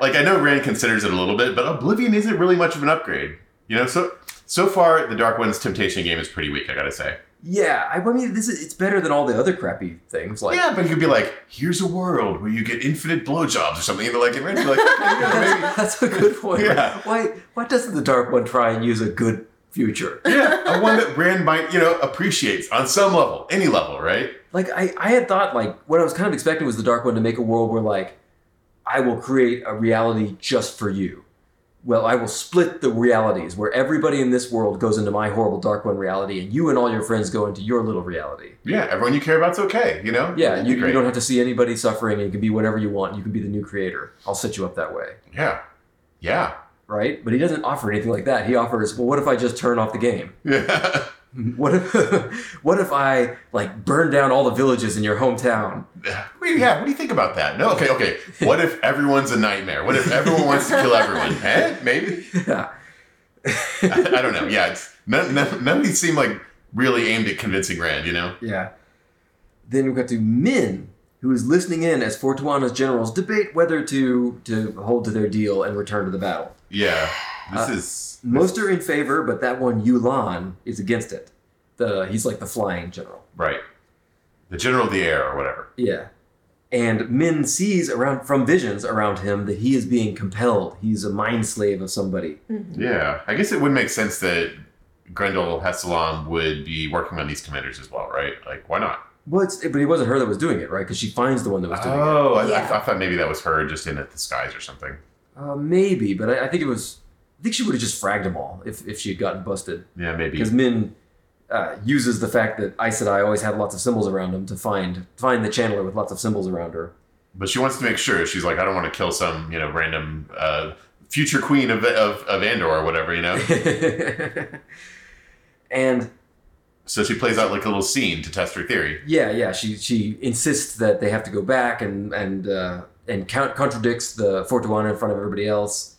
[SPEAKER 1] like I know Rand considers it a little bit, but Oblivion isn't really much of an upgrade, you know. So, so far, the Dark One's temptation game is pretty weak. I gotta say.
[SPEAKER 2] yeah, I, I mean, this is it's better than all the other crappy things. Like,
[SPEAKER 1] yeah, but he could be like, "Here's a world where you get infinite blowjobs or something," and they're like, and Rand's like, "Okay, yeah, maybe."
[SPEAKER 2] *laughs* that's, *laughs* that's a good point.
[SPEAKER 1] Yeah.
[SPEAKER 2] Why why doesn't the Dark One try and use a good future?
[SPEAKER 1] yeah, a one that Rand might, you know, appreciates on some level, any level, right?
[SPEAKER 2] Like, I I had thought like what I was kind of expecting was the Dark One to make a world where like I will create a reality just for you. Well, I will split the realities where everybody in this world goes into my horrible Dark One reality, and you and all your friends go into your little reality.
[SPEAKER 1] Yeah, everyone you care about's okay, you know.
[SPEAKER 2] Yeah,
[SPEAKER 1] That'd
[SPEAKER 2] you,
[SPEAKER 1] be
[SPEAKER 2] you
[SPEAKER 1] great.
[SPEAKER 2] don't have to see anybody suffering, and you can be whatever you want. You can be the new creator. I'll set you up that way.
[SPEAKER 1] Yeah, *laughs* yeah.
[SPEAKER 2] right? But he doesn't offer anything like that. He offers, well, what if I just turn off
[SPEAKER 1] *laughs*
[SPEAKER 2] the game?
[SPEAKER 1] Yeah.
[SPEAKER 2] What if, *laughs* what if I like burn down all the villages in your hometown? *laughs*
[SPEAKER 1] Wait, yeah, what do you think about that? No, okay, okay. What if everyone's a nightmare? What if everyone wants to kill
[SPEAKER 2] *laughs*
[SPEAKER 1] everyone? Eh, maybe?
[SPEAKER 2] Yeah.
[SPEAKER 1] I, I don't know. Yeah, it's, none, none, none of these seem like really aimed at convincing Rand, you know?
[SPEAKER 2] Yeah. Then we got to Min, who is listening in as Fortuana's generals debate whether to to hold to their deal and return to the battle.
[SPEAKER 1] Yeah, this
[SPEAKER 2] Uh,
[SPEAKER 1] is.
[SPEAKER 2] Most are in favor, but that one Yulan is against it. The he's like the flying general.
[SPEAKER 1] Right. The general of the air or whatever.
[SPEAKER 2] Yeah. And Min sees around from visions around him that he is being compelled. He's a mind slave of somebody.
[SPEAKER 1] Yeah, I guess it would make sense that Grendel Hesselam would be working on these commanders as well, right? Like, why not?
[SPEAKER 2] Well, it's, but it wasn't her that was doing it, right? Because she finds the one that was doing it.
[SPEAKER 1] Oh, I, I,
[SPEAKER 3] Yeah.
[SPEAKER 1] I thought maybe that was her just in a disguise or something.
[SPEAKER 2] Uh, maybe, but I, I think it was. I think she would have just fragged them all if, if she had gotten busted.
[SPEAKER 1] Yeah, maybe.
[SPEAKER 2] because Min uh, uses the fact that Aes Sedai always had lots of symbols around him to find find the channeler with lots of symbols around her.
[SPEAKER 1] But she wants to make sure. She's like, I don't want to kill some, you know, random uh, future queen of, of, of Andor or whatever, you know?
[SPEAKER 2] *laughs* and
[SPEAKER 1] so she plays out like a little scene to test her theory.
[SPEAKER 2] yeah, yeah, she she insists that they have to go back and and uh, and count, contradicts the Fortuana in front of everybody else,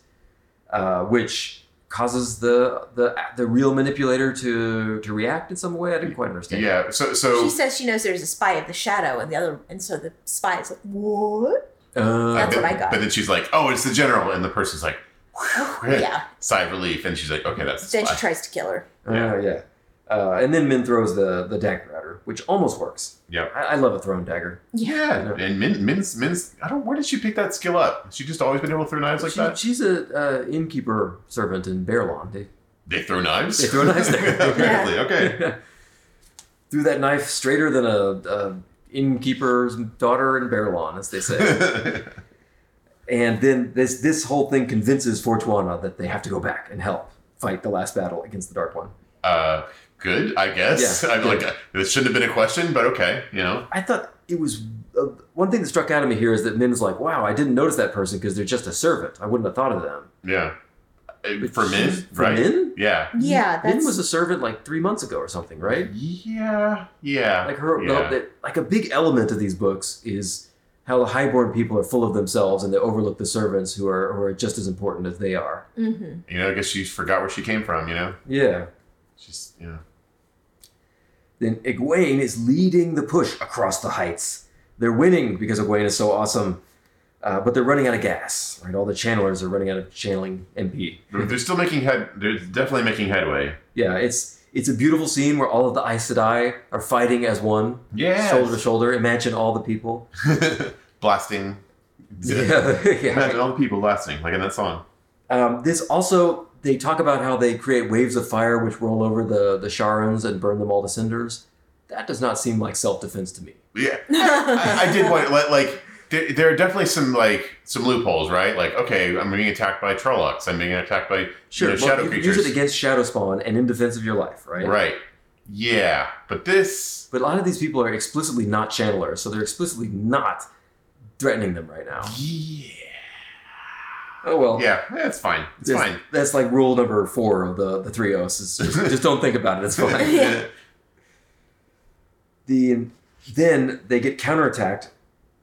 [SPEAKER 2] uh, which causes the the the real manipulator to to react in some way. I didn't quite understand.
[SPEAKER 1] Yeah, so. so
[SPEAKER 3] She says she knows there's a spy of the shadow, and the other, and so the spy is like, "What?"
[SPEAKER 2] Uh,
[SPEAKER 3] That's
[SPEAKER 1] but,
[SPEAKER 3] what I got.
[SPEAKER 1] But then she's like, oh, it's the general. And the person's like, *laughs* whew,
[SPEAKER 3] Oh, yeah.
[SPEAKER 1] sigh of relief. And she's like, okay, that's the
[SPEAKER 3] Then she
[SPEAKER 1] spy.
[SPEAKER 3] tries to kill her.
[SPEAKER 2] yeah, yeah. Uh, and then Min throws the the dagger at her, which almost works.
[SPEAKER 1] Yep.
[SPEAKER 2] I, I love a thrown dagger.
[SPEAKER 1] Yeah, and Min, Min's, Min's, I don't, where did she pick that skill up? Has she just always been able to throw knives like
[SPEAKER 2] She-
[SPEAKER 1] that?
[SPEAKER 2] She's a uh, innkeeper servant in Bear Lawn. They
[SPEAKER 1] They throw knives?
[SPEAKER 2] They throw
[SPEAKER 1] *laughs*
[SPEAKER 2] knives there.
[SPEAKER 1] Apparently,
[SPEAKER 2] *laughs*
[SPEAKER 1] okay.
[SPEAKER 2] threw that knife straighter than a, a innkeeper's daughter in Bear Lawn, as
[SPEAKER 1] *laughs*
[SPEAKER 2] they say. and then this this whole thing convinces Fortuana that they have to go back and help fight the last battle against the Dark One.
[SPEAKER 1] uh, good, I guess.
[SPEAKER 2] Yeah,
[SPEAKER 1] I'm
[SPEAKER 2] good.
[SPEAKER 1] like, uh, this shouldn't have been a question, but okay, you know.
[SPEAKER 2] I thought it was uh, one thing that struck out at me here is that Min's like, "Wow, I didn't notice that person because they're just a servant. I wouldn't have thought of them."
[SPEAKER 1] Yeah. Uh,
[SPEAKER 2] But
[SPEAKER 1] For
[SPEAKER 2] she-
[SPEAKER 1] men,
[SPEAKER 2] for
[SPEAKER 1] right?
[SPEAKER 2] Min?
[SPEAKER 1] Yeah.
[SPEAKER 3] Yeah,
[SPEAKER 2] Min
[SPEAKER 3] that's
[SPEAKER 2] was a servant like three months ago or something, right?
[SPEAKER 1] Yeah. Yeah.
[SPEAKER 2] like her
[SPEAKER 1] Yeah.
[SPEAKER 2] the- like a big element of these books is how the highborn people are full of themselves and they overlook the servants who are who are just as important as they are
[SPEAKER 3] hmm
[SPEAKER 1] you know, I guess she forgot where she came from, you know?
[SPEAKER 2] yeah
[SPEAKER 1] She's, you know.
[SPEAKER 2] then Egwene is leading the push across the heights they're winning because Egwene is so awesome uh, but they're running out of gas right all the channelers are running out of channeling MP
[SPEAKER 1] They're, they're still making head, they're definitely making headway.
[SPEAKER 2] yeah it's it's a beautiful scene where all of the Aes Sedai are fighting as one
[SPEAKER 1] Yes.
[SPEAKER 2] shoulder to shoulder imagine all the people
[SPEAKER 1] *laughs* blasting.
[SPEAKER 2] *laughs* yeah, yeah.
[SPEAKER 1] Imagine all the people blasting, like in that song.
[SPEAKER 2] Um, this also they talk about how they create waves of fire which roll over the the Sharons and burn them all to cinders. That does not seem like self defense to me.
[SPEAKER 1] Yeah. I, I did want like, like there, there are definitely some like some loopholes, right? Like, okay, I'm being attacked by Trollocs, I'm being attacked by you know,
[SPEAKER 2] well,
[SPEAKER 1] shadow
[SPEAKER 2] you can
[SPEAKER 1] creatures.
[SPEAKER 2] use it against shadow spawn and in defense of your life, right?
[SPEAKER 1] Right. Yeah. But this
[SPEAKER 2] But a lot of these people are explicitly not channelers, so they're explicitly not threatening them right now.
[SPEAKER 1] Yeah.
[SPEAKER 2] Oh well.
[SPEAKER 1] Yeah, that's fine. It's
[SPEAKER 2] That's, *laughs*
[SPEAKER 1] fine.
[SPEAKER 2] that's like rule number four of the the three O's. Is just, just don't think about it. It's fine.
[SPEAKER 1] *laughs*
[SPEAKER 3] Yeah.
[SPEAKER 2] the then they get counterattacked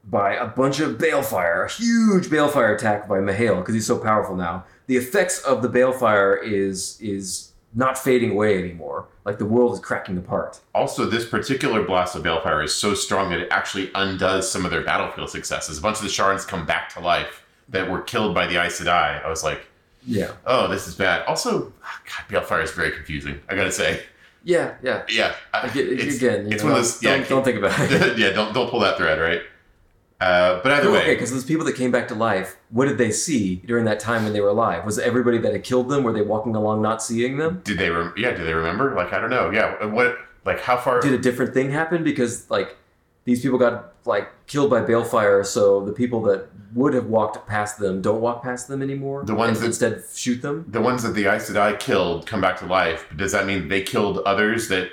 [SPEAKER 2] by a bunch of balefire, a huge balefire attack by Mahale because he's so powerful now. The effects of the balefire is is not fading away anymore. Like the world is cracking apart.
[SPEAKER 1] also, this particular blast of Balefire is so strong that it actually undoes some of their battlefield successes. A bunch of the Sharns come back to life that were killed by the Aes Sedai. I was like,
[SPEAKER 2] Yeah,
[SPEAKER 1] oh, this is bad. Also, ah, God, Balefire is very confusing, I gotta say.
[SPEAKER 2] yeah, yeah.
[SPEAKER 1] Yeah. *laughs* I-
[SPEAKER 2] Aga-
[SPEAKER 1] it's-
[SPEAKER 2] Again, you
[SPEAKER 1] it's
[SPEAKER 2] know,
[SPEAKER 1] one of those- yeah,
[SPEAKER 2] don't, don't think
[SPEAKER 1] *laughs*
[SPEAKER 2] about it.
[SPEAKER 1] yeah, don't don't pull that thread, right? Uh, but either
[SPEAKER 2] *laughs* Okay,
[SPEAKER 1] way,
[SPEAKER 2] because those people that came back to life, what did they see during that time when they were alive? Was it everybody that had killed them? Were they walking along not seeing them?
[SPEAKER 1] did they? Rem- yeah, do they remember? Like, I don't know. Yeah, uh, what? Like, how far?
[SPEAKER 2] did a different thing happen because like these people got like killed by balefire so the people that would have walked past them don't walk past them anymore
[SPEAKER 1] The ones
[SPEAKER 2] and
[SPEAKER 1] that-
[SPEAKER 2] instead shoot them
[SPEAKER 1] the ones that the Aes Sedai killed come back to life. But does that mean they killed others that,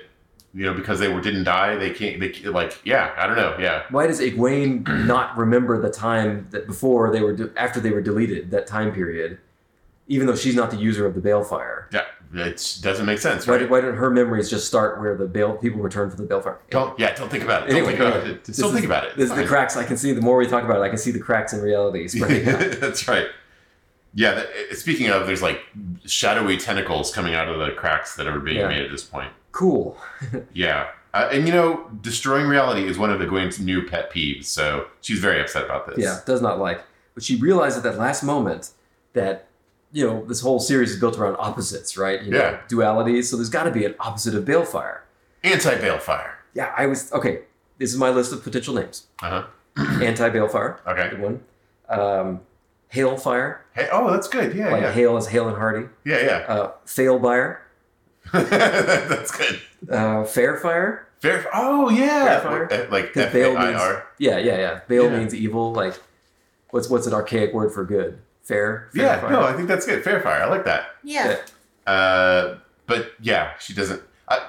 [SPEAKER 1] you know, because they were didn't die, they can't, they like, yeah, I don't know, yeah.
[SPEAKER 2] why does
[SPEAKER 1] *clears throat*
[SPEAKER 2] Egwene not remember the time that before they were de- after they were deleted that time period even though she's not the user of the balefire.
[SPEAKER 1] Yeah, it doesn't make sense,
[SPEAKER 2] Why,
[SPEAKER 1] right?
[SPEAKER 2] did, why didn't her memories just start where the bale people return from the balefire?
[SPEAKER 1] Don't yeah, don't think about it. Don't
[SPEAKER 2] Anyway,
[SPEAKER 1] think about it. Just
[SPEAKER 2] this
[SPEAKER 1] don't
[SPEAKER 2] is-
[SPEAKER 1] think about it.
[SPEAKER 2] This is the cracks I can see. The more we talk about it, I can see the cracks in
[SPEAKER 1] *laughs*
[SPEAKER 2] reality spreading out.
[SPEAKER 1] That's right. Yeah. That, eh, speaking of, there's like shadowy tentacles coming out of the cracks that are being
[SPEAKER 2] Yeah.
[SPEAKER 1] made at this point.
[SPEAKER 2] Cool.
[SPEAKER 1] Yeah. Uh, and you know, destroying reality is one of Egwene's new pet peeves, so she's very upset about this.
[SPEAKER 2] Yeah, does not like. But she realized at that last moment that you know this whole series is built around opposites, right? You know,
[SPEAKER 1] Yeah.
[SPEAKER 2] dualities. So there's got to be an opposite of balefire.
[SPEAKER 1] Anti balefire.
[SPEAKER 2] Yeah, I was okay. This is my list of potential names:
[SPEAKER 1] Uh
[SPEAKER 2] anti balefire,
[SPEAKER 1] huh. Okay.
[SPEAKER 2] good one. Um, hail fire,
[SPEAKER 1] Hey. Oh, that's good. Yeah.
[SPEAKER 2] like
[SPEAKER 1] yeah.
[SPEAKER 2] hail is hail and hardy.
[SPEAKER 1] Yeah. Yeah.
[SPEAKER 2] Uh, fail buyer,
[SPEAKER 1] *laughs* that's good.
[SPEAKER 2] uh, fair fire.
[SPEAKER 1] Fair. Oh yeah.
[SPEAKER 2] Fairfire?
[SPEAKER 1] Eh, Like
[SPEAKER 2] Because
[SPEAKER 1] F
[SPEAKER 2] Bale
[SPEAKER 1] A
[SPEAKER 2] means
[SPEAKER 1] I R.
[SPEAKER 2] yeah, yeah, yeah. Bale
[SPEAKER 1] Yeah.
[SPEAKER 2] means evil. Like, what's what's an archaic word for good? Fair. fair
[SPEAKER 1] Yeah.
[SPEAKER 2] fire.
[SPEAKER 1] No, I think that's good. Fair fire. I like that.
[SPEAKER 3] Yeah.
[SPEAKER 2] Yeah.
[SPEAKER 1] Uh, but yeah, she doesn't. I,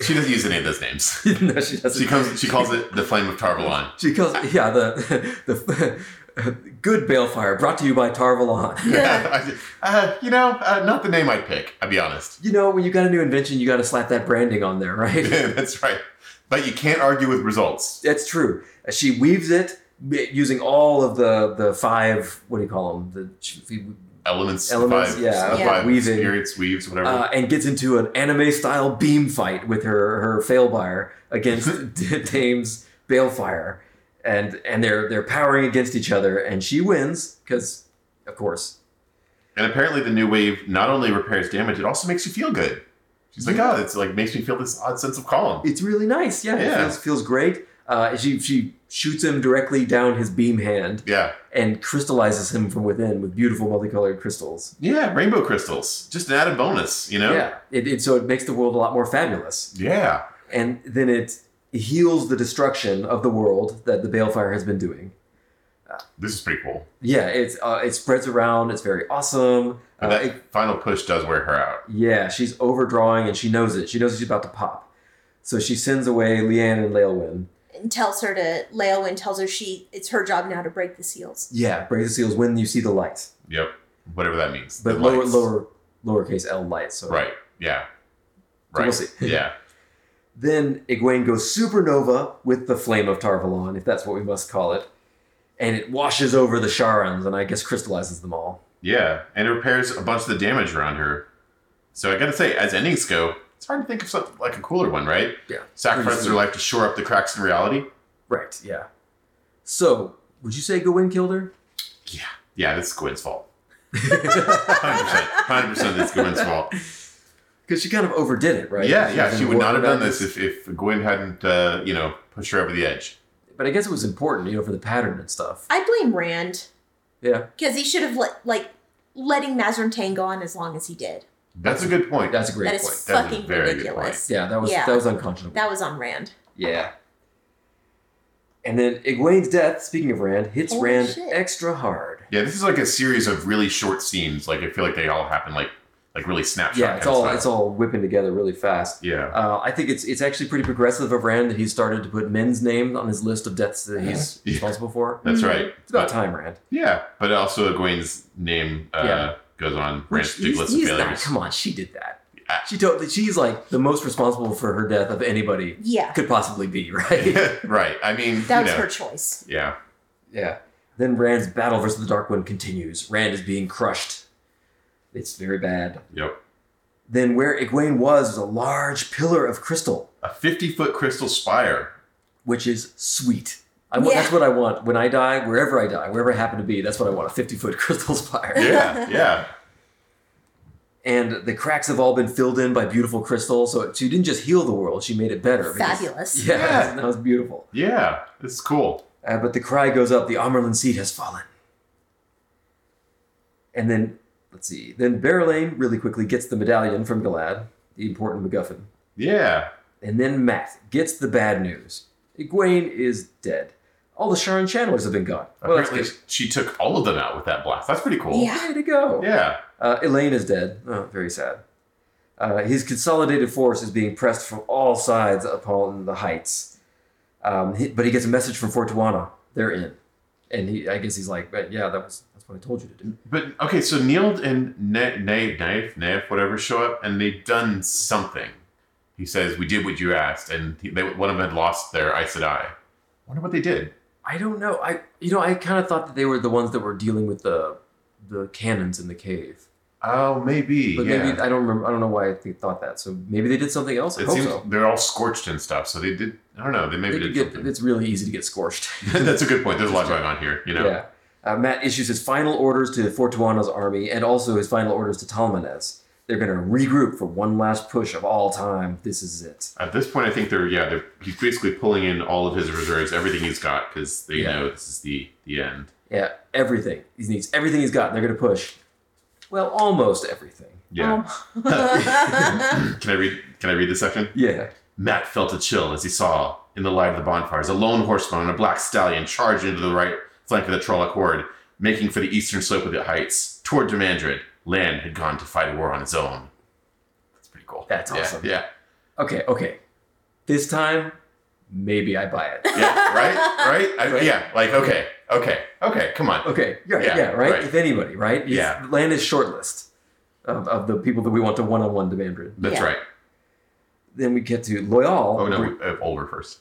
[SPEAKER 1] she doesn't use any of those names.
[SPEAKER 2] *laughs* no, she doesn't.
[SPEAKER 1] She comes. She calls it the flame of
[SPEAKER 2] *laughs*
[SPEAKER 1] Tarvalon.
[SPEAKER 2] She calls yeah the *laughs* the good balefire brought to you by Tarvalon.
[SPEAKER 1] *laughs* I- uh, you know, uh, not the name I'd pick. I'll be honest.
[SPEAKER 2] *laughs* You know when you got a new invention, you got to slap that branding on there, right?
[SPEAKER 1] *laughs* that's right. But you can't argue with results.
[SPEAKER 2] *laughs* That's true. She weaves it b- using all of the the five what do you call them the she-
[SPEAKER 1] Elements.
[SPEAKER 2] Elements,
[SPEAKER 1] Five,
[SPEAKER 2] yeah,
[SPEAKER 1] the
[SPEAKER 3] Yeah.
[SPEAKER 1] Five
[SPEAKER 2] weaving.
[SPEAKER 1] Spirits. Weaves. Whatever.
[SPEAKER 2] uh, and gets into an anime style beam fight with her her fail buyer against D- Dame's balefire, and and they're they're powering against each other, and she wins because of course
[SPEAKER 1] and apparently, the new wave not only repairs damage, it also makes you feel good. She's like, oh, it's like makes me feel this odd sense of calm.
[SPEAKER 2] It's really nice. Yeah, it
[SPEAKER 1] Yeah.
[SPEAKER 2] feels, feels great. Uh, she she shoots him directly down his beam hand
[SPEAKER 1] Yeah.
[SPEAKER 2] and crystallizes him from within with beautiful multicolored crystals.
[SPEAKER 1] Yeah. Rainbow crystals. Just an added bonus. You know.
[SPEAKER 2] Yeah, it, it so it makes the world a lot more fabulous,
[SPEAKER 1] Yeah.
[SPEAKER 2] and then it heals the destruction of the world that the balefire has been doing.
[SPEAKER 1] This is pretty cool.
[SPEAKER 2] Yeah, it's uh, it spreads around. It's very awesome.
[SPEAKER 1] But
[SPEAKER 2] Uh,
[SPEAKER 1] that
[SPEAKER 2] it-
[SPEAKER 1] final push does wear her out.
[SPEAKER 2] yeah, she's overdrawing and she knows it. She knows she's about to pop, so she sends away Leanne and Leolwyn.
[SPEAKER 3] And tells her to Leowin tells her she it's her job now to break the seals.
[SPEAKER 2] Yeah, break the seals when you see the light,
[SPEAKER 1] Yep. Whatever that means.
[SPEAKER 2] but
[SPEAKER 1] The
[SPEAKER 2] lower
[SPEAKER 1] lights.
[SPEAKER 2] lower lowercase l light. So
[SPEAKER 1] Right. Yeah.
[SPEAKER 2] So
[SPEAKER 1] Right.
[SPEAKER 2] we'll see. *laughs*
[SPEAKER 1] yeah.
[SPEAKER 2] Then Egwene goes supernova with the flame of Tarvalon, if that's what we must call it, and it washes over the Sharans and I guess crystallizes them all.
[SPEAKER 1] Yeah. And it repairs a bunch of the damage around her. So I gotta say, as endings go, it's hard to think of something like a cooler one, right?
[SPEAKER 2] Yeah.
[SPEAKER 1] Sacrifices her life to shore up the cracks in reality.
[SPEAKER 2] Right, yeah. So, would you say Gawain
[SPEAKER 1] *laughs*
[SPEAKER 2] killed her?
[SPEAKER 1] Yeah, that's Gwen's
[SPEAKER 2] *laughs*
[SPEAKER 1] fault.
[SPEAKER 2] Because
[SPEAKER 1] 100%. 100% that's
[SPEAKER 2] *laughs*
[SPEAKER 1] Gwen's fault.
[SPEAKER 2] she kind of overdid it, right?
[SPEAKER 1] Yeah,
[SPEAKER 2] She
[SPEAKER 1] yeah.
[SPEAKER 2] was
[SPEAKER 1] She would not have
[SPEAKER 2] worried
[SPEAKER 1] done
[SPEAKER 2] about
[SPEAKER 1] this if, if Gwen hadn't, uh, you know, pushed her over the edge.
[SPEAKER 2] But I guess it was important, you know, for the pattern and stuff.
[SPEAKER 3] I blame Rand
[SPEAKER 2] Yeah,
[SPEAKER 3] because he should have let like letting Mazrin Tane go on as long as he did.
[SPEAKER 1] That's a good point.
[SPEAKER 2] that's a great
[SPEAKER 3] that is
[SPEAKER 2] point.
[SPEAKER 1] That is a
[SPEAKER 3] fucking
[SPEAKER 1] very good
[SPEAKER 3] ridiculous.
[SPEAKER 2] Yeah, that was
[SPEAKER 3] Yeah.
[SPEAKER 2] that was unconscionable.
[SPEAKER 3] That was on Rand.
[SPEAKER 2] yeah. And then Egwene's death, speaking of Rand, hits
[SPEAKER 3] Holy
[SPEAKER 2] Rand
[SPEAKER 3] shit.
[SPEAKER 2] extra hard.
[SPEAKER 1] Yeah, this is like a series of really short scenes. Like I feel like they all happen like like really snapshot.
[SPEAKER 2] Yeah, it's
[SPEAKER 1] kind of
[SPEAKER 2] all
[SPEAKER 1] style.
[SPEAKER 2] it's all whipping together really fast.
[SPEAKER 1] yeah.
[SPEAKER 2] Uh, I think it's it's actually pretty progressive of Rand that he's started to put men's names on his list of deaths that he's
[SPEAKER 1] *laughs* Yeah.
[SPEAKER 2] responsible for.
[SPEAKER 1] That's
[SPEAKER 3] Mhm.
[SPEAKER 1] right.
[SPEAKER 2] It's about
[SPEAKER 1] But-
[SPEAKER 2] time, Rand.
[SPEAKER 1] Yeah, but also Egwene's name uh,
[SPEAKER 2] Yeah.
[SPEAKER 1] goes on
[SPEAKER 2] Which
[SPEAKER 1] Rand's big
[SPEAKER 2] he's-
[SPEAKER 1] list of
[SPEAKER 2] he's not-
[SPEAKER 1] failures.
[SPEAKER 2] Come on, she did that.
[SPEAKER 1] Yeah.
[SPEAKER 2] She totally. She's like the most responsible for her death of anybody
[SPEAKER 3] Yeah,
[SPEAKER 2] could possibly
[SPEAKER 1] *laughs*
[SPEAKER 2] be, *laughs* right?
[SPEAKER 1] right. I mean,
[SPEAKER 3] that
[SPEAKER 1] you
[SPEAKER 3] was
[SPEAKER 1] know,
[SPEAKER 3] her choice.
[SPEAKER 1] yeah,
[SPEAKER 2] yeah. Then Rand's battle versus the Dark One continues. Rand is being crushed. It's very bad.
[SPEAKER 1] yep.
[SPEAKER 2] Then where Egwene was is a large pillar of crystal.
[SPEAKER 1] A fifty-foot crystal
[SPEAKER 3] *laughs*
[SPEAKER 1] spire.
[SPEAKER 2] which is sweet. I want,
[SPEAKER 3] Yeah.
[SPEAKER 2] That's what I want when I die, wherever I die, wherever I happen to be. That's what I want a 50 foot *laughs* crystal spire.
[SPEAKER 1] Yeah, yeah,
[SPEAKER 2] And the cracks have all been filled in by beautiful crystal. So she didn't just heal the world, she made it better. because- *laughs*
[SPEAKER 3] Fabulous.
[SPEAKER 2] yeah,
[SPEAKER 1] Yeah.
[SPEAKER 2] that was beautiful.
[SPEAKER 1] yeah. This is cool.
[SPEAKER 2] Uh, but the cry goes up the Amerlin seed has fallen. And then, let's see, then Berylane really quickly gets the medallion from Galad, the important MacGuffin.
[SPEAKER 1] Yeah,
[SPEAKER 2] And then Matt gets the bad news Egwene is dead. All the Sharon Chandlers have been gone. Well, that's
[SPEAKER 1] apparently
[SPEAKER 2] good.
[SPEAKER 1] she took all of them out with that blast. That's pretty cool.
[SPEAKER 3] Yeah.
[SPEAKER 2] Way to go.
[SPEAKER 1] yeah.
[SPEAKER 2] Uh, Elaine is dead. Oh, very sad. Uh, his consolidated force is being pressed from all sides upon the heights. Um, he- but he gets a message from Fortuana. They're in. And he, I guess he's like, but yeah, that was that's what I told you to do.
[SPEAKER 1] But okay, so Neil and Nave, Nave, Nave, whatever, show up and they've done something. He says, "We did what you asked," and he, they, one of them had lost their Aes Sedai. Wonder what they did.
[SPEAKER 2] I don't know. I you know I kind of thought that they were the ones that were dealing with the the cannons in the cave.
[SPEAKER 1] Oh, maybe.
[SPEAKER 2] But
[SPEAKER 1] yeah.
[SPEAKER 2] maybe I don't remember. I don't know why I think, thought that. So maybe they did something else. I
[SPEAKER 1] it
[SPEAKER 2] hope
[SPEAKER 1] seems
[SPEAKER 2] so.
[SPEAKER 1] they're all scorched and stuff. So they did. I don't know. They maybe
[SPEAKER 2] They could
[SPEAKER 1] did
[SPEAKER 2] get,
[SPEAKER 1] something.
[SPEAKER 2] it's really easy to get scorched. *laughs*
[SPEAKER 1] *laughs* That's a good point. There's a lot going on here. You know.
[SPEAKER 2] Yeah. Uh, Matt issues his final orders to Fortuana's army and also his final orders to Talmanes. They're going to regroup for one last push of all time. This is it.
[SPEAKER 1] At this point, I think they're yeah they're he's basically pulling in all of his reserves, everything he's got, because they
[SPEAKER 2] Yeah.
[SPEAKER 1] know this is the the end.
[SPEAKER 2] Yeah, everything. He needs everything he's got. And they're going to push. Well, almost everything.
[SPEAKER 1] Yeah.
[SPEAKER 3] *laughs*
[SPEAKER 1] *laughs*
[SPEAKER 2] *laughs*
[SPEAKER 3] Um, *laughs*
[SPEAKER 1] can I read? Can I read this section?
[SPEAKER 2] Yeah.
[SPEAKER 1] Matt felt a chill as he saw, in the light of the bonfires, a lone horseman on a black stallion charge into the right flank of the Trolloc horde, making for the eastern slope of the heights toward Demandrid. Lan had gone to fight a war on his own. That's pretty cool.
[SPEAKER 2] That's
[SPEAKER 1] Yeah,
[SPEAKER 2] awesome.
[SPEAKER 1] Yeah,
[SPEAKER 2] Okay, okay. This time, maybe I buy it.
[SPEAKER 1] yeah, right, right. I, yeah, like okay, okay, okay. Come on.
[SPEAKER 2] Okay, yeah,
[SPEAKER 1] Yeah,
[SPEAKER 2] yeah, right?
[SPEAKER 1] right.
[SPEAKER 2] If anybody, right? It's-
[SPEAKER 1] Yeah.
[SPEAKER 2] Land is shortlist of, of the people that we want to one on one demand rid.
[SPEAKER 1] That's
[SPEAKER 3] Yeah.
[SPEAKER 1] right.
[SPEAKER 2] Then we get to Loyal.
[SPEAKER 1] Oh no, we- uh, Olver first.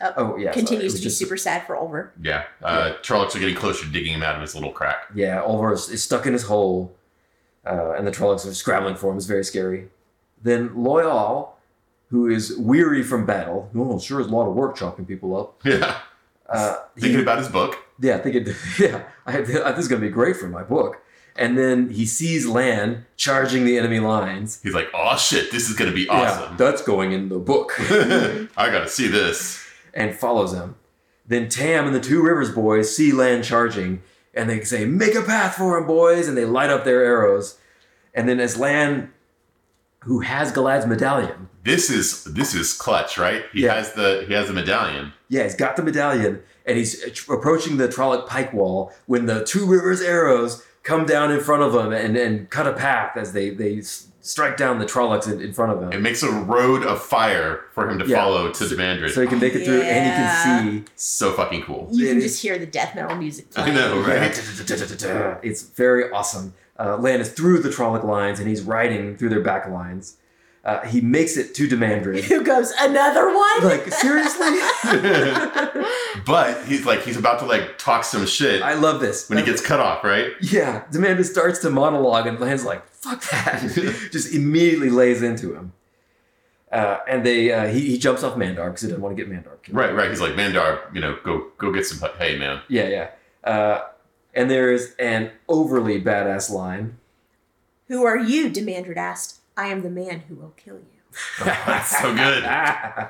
[SPEAKER 2] Oh, yeah. sorry, it
[SPEAKER 3] continues
[SPEAKER 2] was
[SPEAKER 3] to be
[SPEAKER 2] just-
[SPEAKER 3] super sad for Olver.
[SPEAKER 1] Yeah. Uh, Trollocs are getting closer to digging him out of his little crack. *laughs*
[SPEAKER 2] Yeah, Olvar is, is stuck in his hole, uh, and the Trollocs are scrambling for him. It's very scary. Then Loyal, who is weary from battle, oh, sure is a lot of work chopping people up.
[SPEAKER 1] Yeah.
[SPEAKER 2] Uh,
[SPEAKER 1] Thinking
[SPEAKER 2] he-
[SPEAKER 1] about his book.
[SPEAKER 2] yeah, thinking, *laughs* yeah, I, this is going to be great for my book. And then he sees Lan charging the enemy lines.
[SPEAKER 1] He's like, oh shit, this is going to be
[SPEAKER 2] Yeah,
[SPEAKER 1] awesome.
[SPEAKER 2] that's going in the book. *laughs*
[SPEAKER 1] *laughs* I got to see this.
[SPEAKER 2] and follows him. Then Tam and the Two Rivers boys see Lan charging, and they say, "Make a path for him, boys!" And they light up their arrows. And then as Lan, who has Galad's medallion,
[SPEAKER 1] This is this is clutch, right? He
[SPEAKER 2] Yeah.
[SPEAKER 1] has the he has a medallion.
[SPEAKER 2] yeah, he's got the medallion, and he's approaching the Trolloc pike wall when the Two Rivers arrows come down in front of him and, and cut a path as they they s- strike down the Trollocs in, in front of him.
[SPEAKER 1] It makes a road of fire for him to
[SPEAKER 2] Yeah.
[SPEAKER 1] follow to Demandrid.
[SPEAKER 2] so he can make it through, and he can see
[SPEAKER 1] so fucking cool.
[SPEAKER 2] *laughs*
[SPEAKER 3] You can
[SPEAKER 2] It
[SPEAKER 3] just hear the death metal music
[SPEAKER 1] I
[SPEAKER 3] playing.
[SPEAKER 1] know, right?
[SPEAKER 2] Yeah. It's very awesome. Uh, Lan is through the Trolloc lines and he's riding through their back lines. Uh, he makes it to Demandrid.
[SPEAKER 3] Who goes another one?
[SPEAKER 2] like, seriously? *laughs*
[SPEAKER 1] but he's like he's about to like talk some shit
[SPEAKER 2] I love this.
[SPEAKER 1] when he gets cut off, right?
[SPEAKER 2] Yeah, Demandrid starts to monologue and Lan's like, fuck
[SPEAKER 1] *laughs*
[SPEAKER 2] that. Just immediately lays into him. Uh, and they uh, he, he jumps off Mandar because he doesn't want to get Mandar killed.
[SPEAKER 1] Right, right. He's like, Mandar, you know, go go get some hey man.
[SPEAKER 2] Yeah, yeah. Uh, and there is an overly badass line.
[SPEAKER 3] Who are you? Demandred asked. I am the man who will kill you.
[SPEAKER 1] *laughs*
[SPEAKER 2] *laughs*
[SPEAKER 1] That's so good.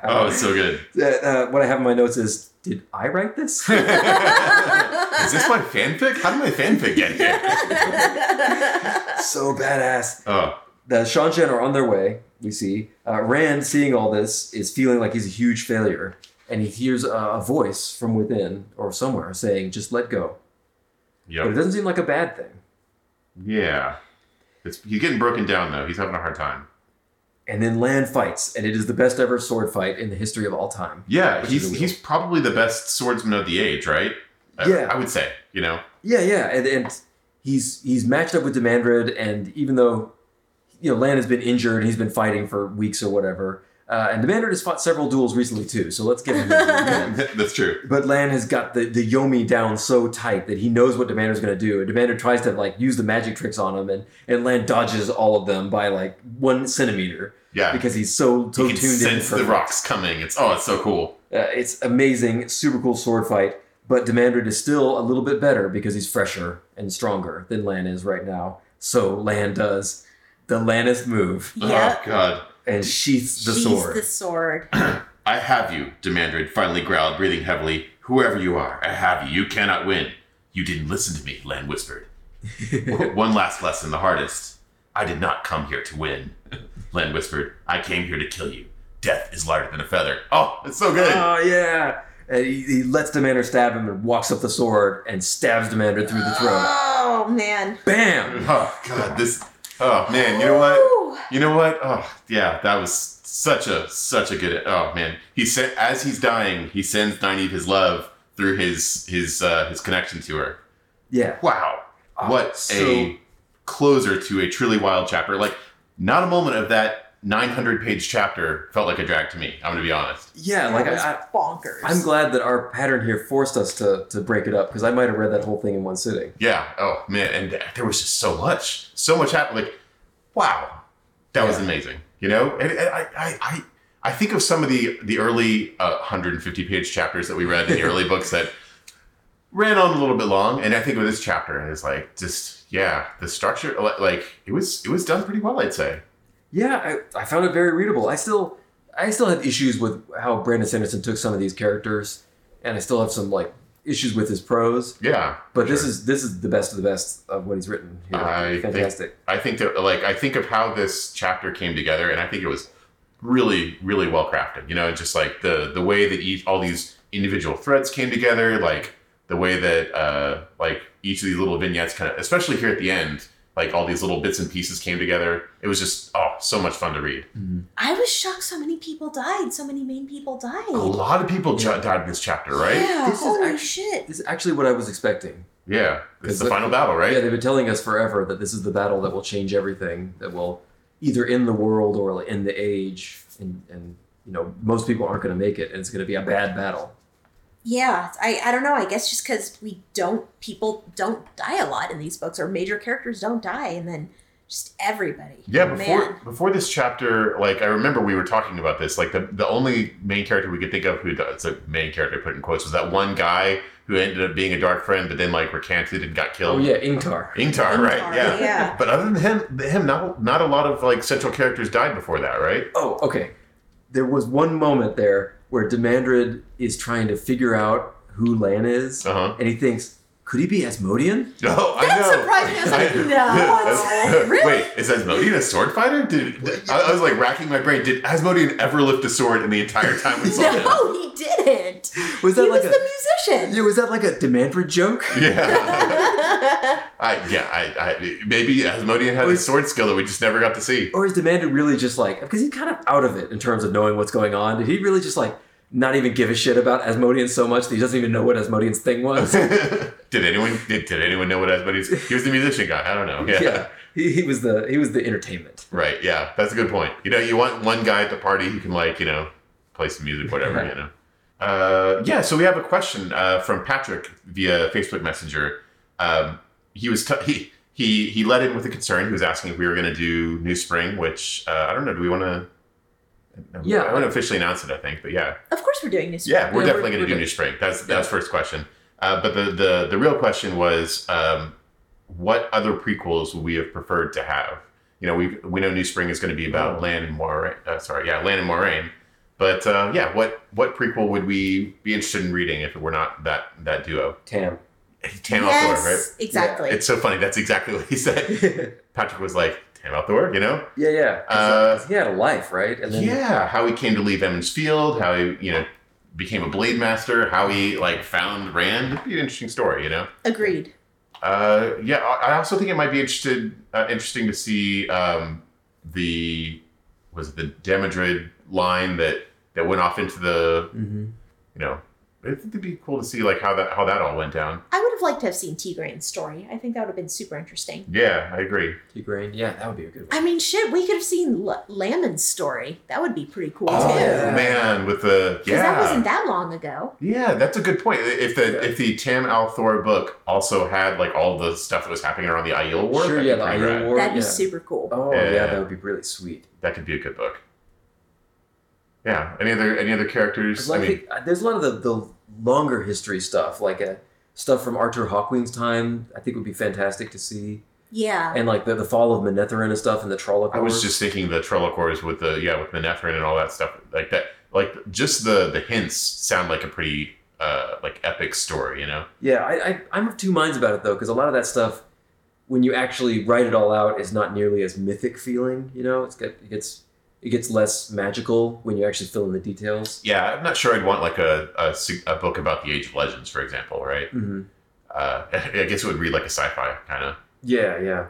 [SPEAKER 1] Oh, it's so good.
[SPEAKER 2] Uh, uh, what I have in my notes is, did I write
[SPEAKER 1] *laughs*
[SPEAKER 2] this?
[SPEAKER 1] is
[SPEAKER 3] *laughs*
[SPEAKER 1] this my fanfic? How did my fanfic get
[SPEAKER 2] *laughs*
[SPEAKER 1] here?
[SPEAKER 2] so badass.
[SPEAKER 1] Oh,
[SPEAKER 2] The Shan Shan are on their way, we see. Uh, Rand, seeing all this, is feeling like he's a huge failure. And he hears a, a voice from within or somewhere saying, just let go. But it
[SPEAKER 1] yep.
[SPEAKER 2] doesn't seem like a bad thing.
[SPEAKER 1] Yeah. It's, he's getting broken down though. He's having a hard time.
[SPEAKER 2] And then Land fights, and it is the best ever sword fight in the history of all time.
[SPEAKER 1] Yeah,
[SPEAKER 2] Which is
[SPEAKER 1] he's
[SPEAKER 2] a wheel.
[SPEAKER 1] he's probably the best swordsman of the age, right? I-
[SPEAKER 2] Yeah.
[SPEAKER 1] I, would say. You know, *laughs*
[SPEAKER 2] Yeah, yeah, and, and he's he's matched up with Demandred, and even though you know Lan has been injured, he's been fighting for weeks or whatever, uh, and Demandred has fought several duels recently too. So let's give him. a little bit.
[SPEAKER 1] that's true.
[SPEAKER 2] But Lan has got the, the Yomi down so tight that he knows what Demandred's going to do, and Demandred tries to like use the magic tricks on him, and and Lan dodges all of them by like one centimeter
[SPEAKER 1] Yeah,
[SPEAKER 2] because he's so so
[SPEAKER 1] you can
[SPEAKER 2] tuned in.
[SPEAKER 1] sense the
[SPEAKER 2] perfect.
[SPEAKER 1] rocks coming. It's oh, it's so cool.
[SPEAKER 2] Uh, it's amazing, super cool sword fight. But Demandred is still a little bit better because he's fresher and stronger than Lan is right now. So Lan does the Lannis move
[SPEAKER 3] Yep.
[SPEAKER 1] Oh God,
[SPEAKER 2] and sheaths the
[SPEAKER 3] She's
[SPEAKER 2] sword.
[SPEAKER 3] the sword.
[SPEAKER 1] I have you, Demandrid finally growled, breathing heavily. Whoever you are, I have you. You cannot win. You didn't listen to me, Lan whispered. W- One last lesson, the hardest. I did not come here to win, Lan whispered. I came here to kill you. Death is lighter than a feather. Oh, it's so good.
[SPEAKER 2] Oh yeah! And he, he lets Demander stab him and walks up the sword and stabs Demander through *clears throat* the throat.
[SPEAKER 3] Oh man.
[SPEAKER 2] Bam!
[SPEAKER 1] Oh God, this. Oh man, you know what?
[SPEAKER 3] Ooh.
[SPEAKER 1] You know what? Oh yeah, that was such a such a good. Oh man, he sent as he's dying, he sends Nynaeve his love through his his uh, his connection to her.
[SPEAKER 2] Yeah.
[SPEAKER 1] Wow,
[SPEAKER 2] Uh,
[SPEAKER 1] what
[SPEAKER 2] so-
[SPEAKER 1] a closer to a truly wild chapter! Like, not a moment of that 900 page chapter felt like a drag to me. I'm gonna be honest.
[SPEAKER 2] Yeah,
[SPEAKER 4] That
[SPEAKER 2] like
[SPEAKER 4] was
[SPEAKER 2] I, I,
[SPEAKER 4] bonkers.
[SPEAKER 2] I'm glad that our pattern here forced us to to break it up because I might have read that whole thing in one sitting.
[SPEAKER 1] Yeah. Oh man, and th- there was just so much, so much happened. Like, wow, that was
[SPEAKER 2] Yeah.
[SPEAKER 1] amazing. You know, and, and I, I, I, I think of some of the the early uh, 150 page chapters that we read in the
[SPEAKER 2] *laughs*
[SPEAKER 1] early books that ran on a little bit long, and I think of this chapter and it's like just yeah, the structure li- like it was it was done pretty well, I'd say.
[SPEAKER 2] Yeah, I, I found it very readable. I still I still have issues with how Brandon Sanderson took some of these characters, and I still have some like issues with his prose.
[SPEAKER 1] Yeah,
[SPEAKER 2] But this
[SPEAKER 1] Sure.
[SPEAKER 2] is this is the best of the best of what he's written here.
[SPEAKER 1] I think-
[SPEAKER 2] Fantastic.
[SPEAKER 1] I think that like I think of how this chapter came together, and I think it was really really well crafted. You know, just like the the way that each all these individual threads came together, like the way that uh, like each of these little vignettes kind of, especially here at the end, like all these little bits and pieces came together. It was just oh so much fun to read.
[SPEAKER 2] Mm-hmm.
[SPEAKER 3] I was shocked so many people died. So many main people died.
[SPEAKER 1] A lot of people jo- died in this chapter, right?
[SPEAKER 3] Yeah,
[SPEAKER 2] This is
[SPEAKER 3] holy
[SPEAKER 2] actu-
[SPEAKER 3] shit.
[SPEAKER 2] This is actually what I was expecting.
[SPEAKER 1] Yeah, this is
[SPEAKER 2] Is
[SPEAKER 1] the
[SPEAKER 2] it-
[SPEAKER 1] final battle, right?
[SPEAKER 2] Yeah, they've been telling us forever that this is the battle that will change everything. That will either end the world or like, end the age, and and you know most people aren't going to make it, and it's going to be a bad battle.
[SPEAKER 3] Yeah, I, I don't know. I guess just because we don't, people don't die a lot in these books, or major characters don't die, and then just everybody.
[SPEAKER 1] Yeah, before
[SPEAKER 3] Oh, Man.
[SPEAKER 1] before this chapter, like I remember we were talking about this. Like the, the only main character we could think of who does a main character I put in quotes was that one guy who ended up being a dark friend, but then like recanted and got
[SPEAKER 2] Oh
[SPEAKER 1] killed.
[SPEAKER 2] yeah, Inktar.
[SPEAKER 1] Ingtar, right? Yeah. *laughs*
[SPEAKER 3] yeah.
[SPEAKER 1] But other than him, him not not a lot of like central characters died before that, right?
[SPEAKER 2] Oh, okay. There was one moment there where Demandrid is trying to figure out who Lan is,
[SPEAKER 1] Uh *laughs* huh.
[SPEAKER 2] and he thinks, could he be Asmodian?
[SPEAKER 1] No, Oh, I
[SPEAKER 4] That
[SPEAKER 1] know.
[SPEAKER 4] surprised me. I was like,
[SPEAKER 1] *laughs*
[SPEAKER 3] no,
[SPEAKER 1] That's- *laughs*
[SPEAKER 3] really?
[SPEAKER 1] Wait, is Asmodean a sword fighter? Did, I, I was like racking my brain. Did Asmodean ever lift a sword in the entire time we saw him?
[SPEAKER 3] *laughs* No, he didn't.
[SPEAKER 2] Was that
[SPEAKER 3] he
[SPEAKER 2] like
[SPEAKER 3] was
[SPEAKER 2] a
[SPEAKER 3] the musician.
[SPEAKER 2] yeah? Was that like a Demandrid joke?
[SPEAKER 1] Yeah. *laughs* I yeah, I, I maybe Asmodean had a sword skill that we just never got to see. *laughs*
[SPEAKER 2] Or is Demandrid really just like because he's kind of out of it in terms of knowing what's going on? Did he really just like not even give a shit about Asmodian so much that he doesn't even know what Asmodian's
[SPEAKER 1] *laughs*
[SPEAKER 2] thing was?
[SPEAKER 1] did anyone did, did anyone know what Asmodean's he was the musician guy, I don't know. Yeah.
[SPEAKER 2] He, he was the he was the entertainment.
[SPEAKER 1] Right, yeah. That's a good point. You know, you want one guy at the party who can like, you know, play some music, whatever, you know. Uh, yeah, so we have a question uh, from Patrick via Facebook Messenger. Um, he was t- he he he led in with a concern. He was asking if we were going to do New Spring, which uh, I don't know. Do we want to?
[SPEAKER 2] Yeah.
[SPEAKER 1] I want to officially announce it. I think, but yeah,
[SPEAKER 3] Of course, we're doing this.
[SPEAKER 1] Yeah, we're
[SPEAKER 2] Yeah,
[SPEAKER 1] definitely
[SPEAKER 2] we're-
[SPEAKER 1] going to
[SPEAKER 2] we're
[SPEAKER 1] do
[SPEAKER 2] good.
[SPEAKER 1] New Spring. That's that's first question. Uh, but the, the the real question was, um, what other prequels would we have preferred to have? You know, we we know New Spring is going to be about Lan and Moraine. Uh, sorry, yeah, Lan and Moraine. But uh, yeah, what what prequel would we be interested in reading if it were not that that duo?
[SPEAKER 2] Tam.
[SPEAKER 1] Tam
[SPEAKER 3] yes,
[SPEAKER 1] Althor, right?
[SPEAKER 3] exactly.
[SPEAKER 1] It's so funny. That's exactly what he said.
[SPEAKER 2] *laughs* *laughs* yeah,
[SPEAKER 1] Patrick was like, Tam Althor, you know?
[SPEAKER 2] yeah. 'Cause he had a life, right? And then
[SPEAKER 1] Uh, yeah, how he came to leave Emmons Field, how he, you know, became a blade master, how he like found Rand. It'd be an interesting story, you know.
[SPEAKER 3] Agreed.
[SPEAKER 1] Uh, yeah, I I also think it might be interested, uh, interesting to see um, the was it the Demodrid line that that went off into the
[SPEAKER 2] Mhm.
[SPEAKER 1] you know. I think it'd be cool to see like how that how that all went down.
[SPEAKER 3] I would have liked to have seen Tigrane's story. I think that would have been super interesting.
[SPEAKER 1] Yeah, I agree.
[SPEAKER 2] Tigraine. Yeah, that would be a good one.
[SPEAKER 3] I mean, shit, we could have seen L- Lamon's story. That would be pretty cool
[SPEAKER 1] Oh
[SPEAKER 3] too.
[SPEAKER 2] yeah.
[SPEAKER 1] man, with the yeah.
[SPEAKER 3] Because that wasn't that long ago.
[SPEAKER 1] Yeah, that's a good point. If the
[SPEAKER 2] Yeah.
[SPEAKER 1] if the Tam Althor book also had like all the stuff that was happening around the Aiel War,
[SPEAKER 2] sure,
[SPEAKER 1] that'd
[SPEAKER 2] yeah,
[SPEAKER 1] be
[SPEAKER 2] the
[SPEAKER 1] pretty
[SPEAKER 2] Iron
[SPEAKER 1] rad.
[SPEAKER 2] War.
[SPEAKER 3] That'd be
[SPEAKER 2] yeah.
[SPEAKER 3] super cool.
[SPEAKER 2] Oh
[SPEAKER 1] Yeah.
[SPEAKER 2] yeah. that would be really sweet.
[SPEAKER 1] That could be a good book. Yeah. Any other any other characters?
[SPEAKER 2] Because I
[SPEAKER 1] I mean,
[SPEAKER 2] think uh, there's a lot of the, the longer history stuff, like uh, stuff from Arthur Hawkwing's time. I think would be fantastic to see,
[SPEAKER 3] Yeah.
[SPEAKER 2] and like the, the fall of Manetherin and stuff, and the Trolloc.
[SPEAKER 1] I was
[SPEAKER 2] Wars.
[SPEAKER 1] just thinking the Trelocors with the yeah with Menethrin and all that stuff like that. Like just the the hints sound like a pretty uh like epic story, you know?
[SPEAKER 2] yeah. I, I I'm of two minds about it though, because a lot of that stuff, when you actually write it all out, is not nearly as mythic feeling. You know, it's got it gets it gets less magical when you actually fill in the details.
[SPEAKER 1] Yeah, I'm not sure I'd want like a a, sig- a book about the Age of Legends, for example, right?
[SPEAKER 2] hmm
[SPEAKER 1] *laughs* Uh, I guess it would read like a sci-fi kind of.
[SPEAKER 2] Yeah, yeah.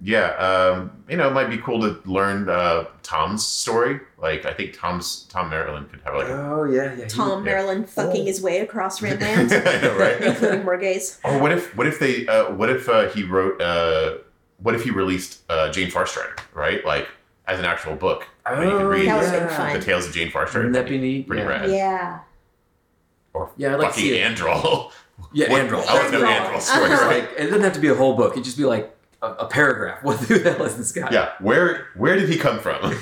[SPEAKER 1] yeah, um, you know, it might be cool to learn uh, Tom's story. Like, I think Tom's Tom Maryland could have like, a,
[SPEAKER 2] Oh yeah, yeah. he-
[SPEAKER 3] Tom
[SPEAKER 1] Yeah.
[SPEAKER 3] Maryland fucking his way
[SPEAKER 2] *laughs*
[SPEAKER 3] across Randland,
[SPEAKER 1] *laughs* I know, right?
[SPEAKER 3] including Morgays.
[SPEAKER 1] Or what if what if they uh, what if uh, he wrote uh, what if he released uh, Jane Farstrider, right? Like as an actual book. I mean, you can
[SPEAKER 2] Oh,
[SPEAKER 1] read
[SPEAKER 3] That would've
[SPEAKER 1] the,
[SPEAKER 3] been fun.
[SPEAKER 1] the tales of Jane Farstrider.
[SPEAKER 2] Wouldn't that be neat?
[SPEAKER 1] pretty
[SPEAKER 2] yeah.
[SPEAKER 1] rad.
[SPEAKER 3] Yeah.
[SPEAKER 1] or
[SPEAKER 2] Yeah, I'd like to
[SPEAKER 1] fucking
[SPEAKER 2] see it.
[SPEAKER 1] Andrel.
[SPEAKER 2] Yeah,
[SPEAKER 1] What-
[SPEAKER 2] Andrel.
[SPEAKER 1] I would know
[SPEAKER 3] Andrel.
[SPEAKER 1] Andrel's story.
[SPEAKER 2] It's
[SPEAKER 3] Uh-huh.
[SPEAKER 1] right?
[SPEAKER 2] like it doesn't have to be a whole book. It'd just be like a, a paragraph. *laughs* What the hell is this guy?
[SPEAKER 1] *laughs*
[SPEAKER 2] *laughs*
[SPEAKER 1] Yeah, where where did he come from?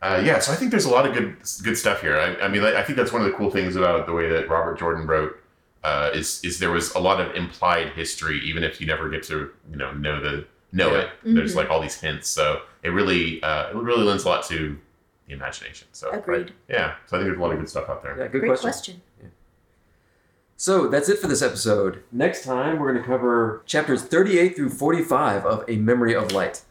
[SPEAKER 1] Uh, yeah, so I think there's a lot of good good stuff here. I, I mean, I I think that's one of the cool things about the way that Robert Jordan wrote uh, is is there was a lot of implied history, even if you never get to you know know the know
[SPEAKER 2] Yeah. Mm-hmm.
[SPEAKER 1] it. There's
[SPEAKER 3] Mhm.
[SPEAKER 1] like all these hints, so it really uh, it really lends a lot to the imagination. So
[SPEAKER 3] Agreed.
[SPEAKER 1] I- yeah, so I think there's a lot of good stuff out there.
[SPEAKER 2] Yeah, good
[SPEAKER 3] Great
[SPEAKER 2] question.
[SPEAKER 3] question.
[SPEAKER 2] So that's it for this episode. Next time, we're going to cover chapters 38 through 45 of A Memory of Light.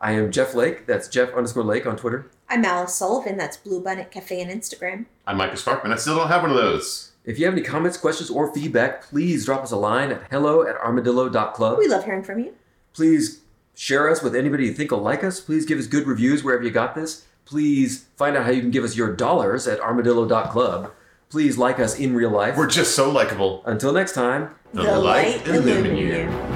[SPEAKER 2] I am Jeff Lake. That's Jeff underscore Lake on Twitter.
[SPEAKER 3] I'm Alice Sullivan. That's Blue Bonnet Cafe on Instagram.
[SPEAKER 1] I'm Michael Sparkman. I still don't have one of those.
[SPEAKER 2] If you have any comments, questions, or feedback, please drop us a line at hello at armadillo.club.
[SPEAKER 3] We love hearing from you.
[SPEAKER 2] Please share us with anybody you think will like us. Please give us good reviews wherever you got this. Please find out how you can give us your dollars at armadillo.club. Please like us in real life.
[SPEAKER 1] We're just so likable.
[SPEAKER 2] Until next time.
[SPEAKER 1] The light illumine you.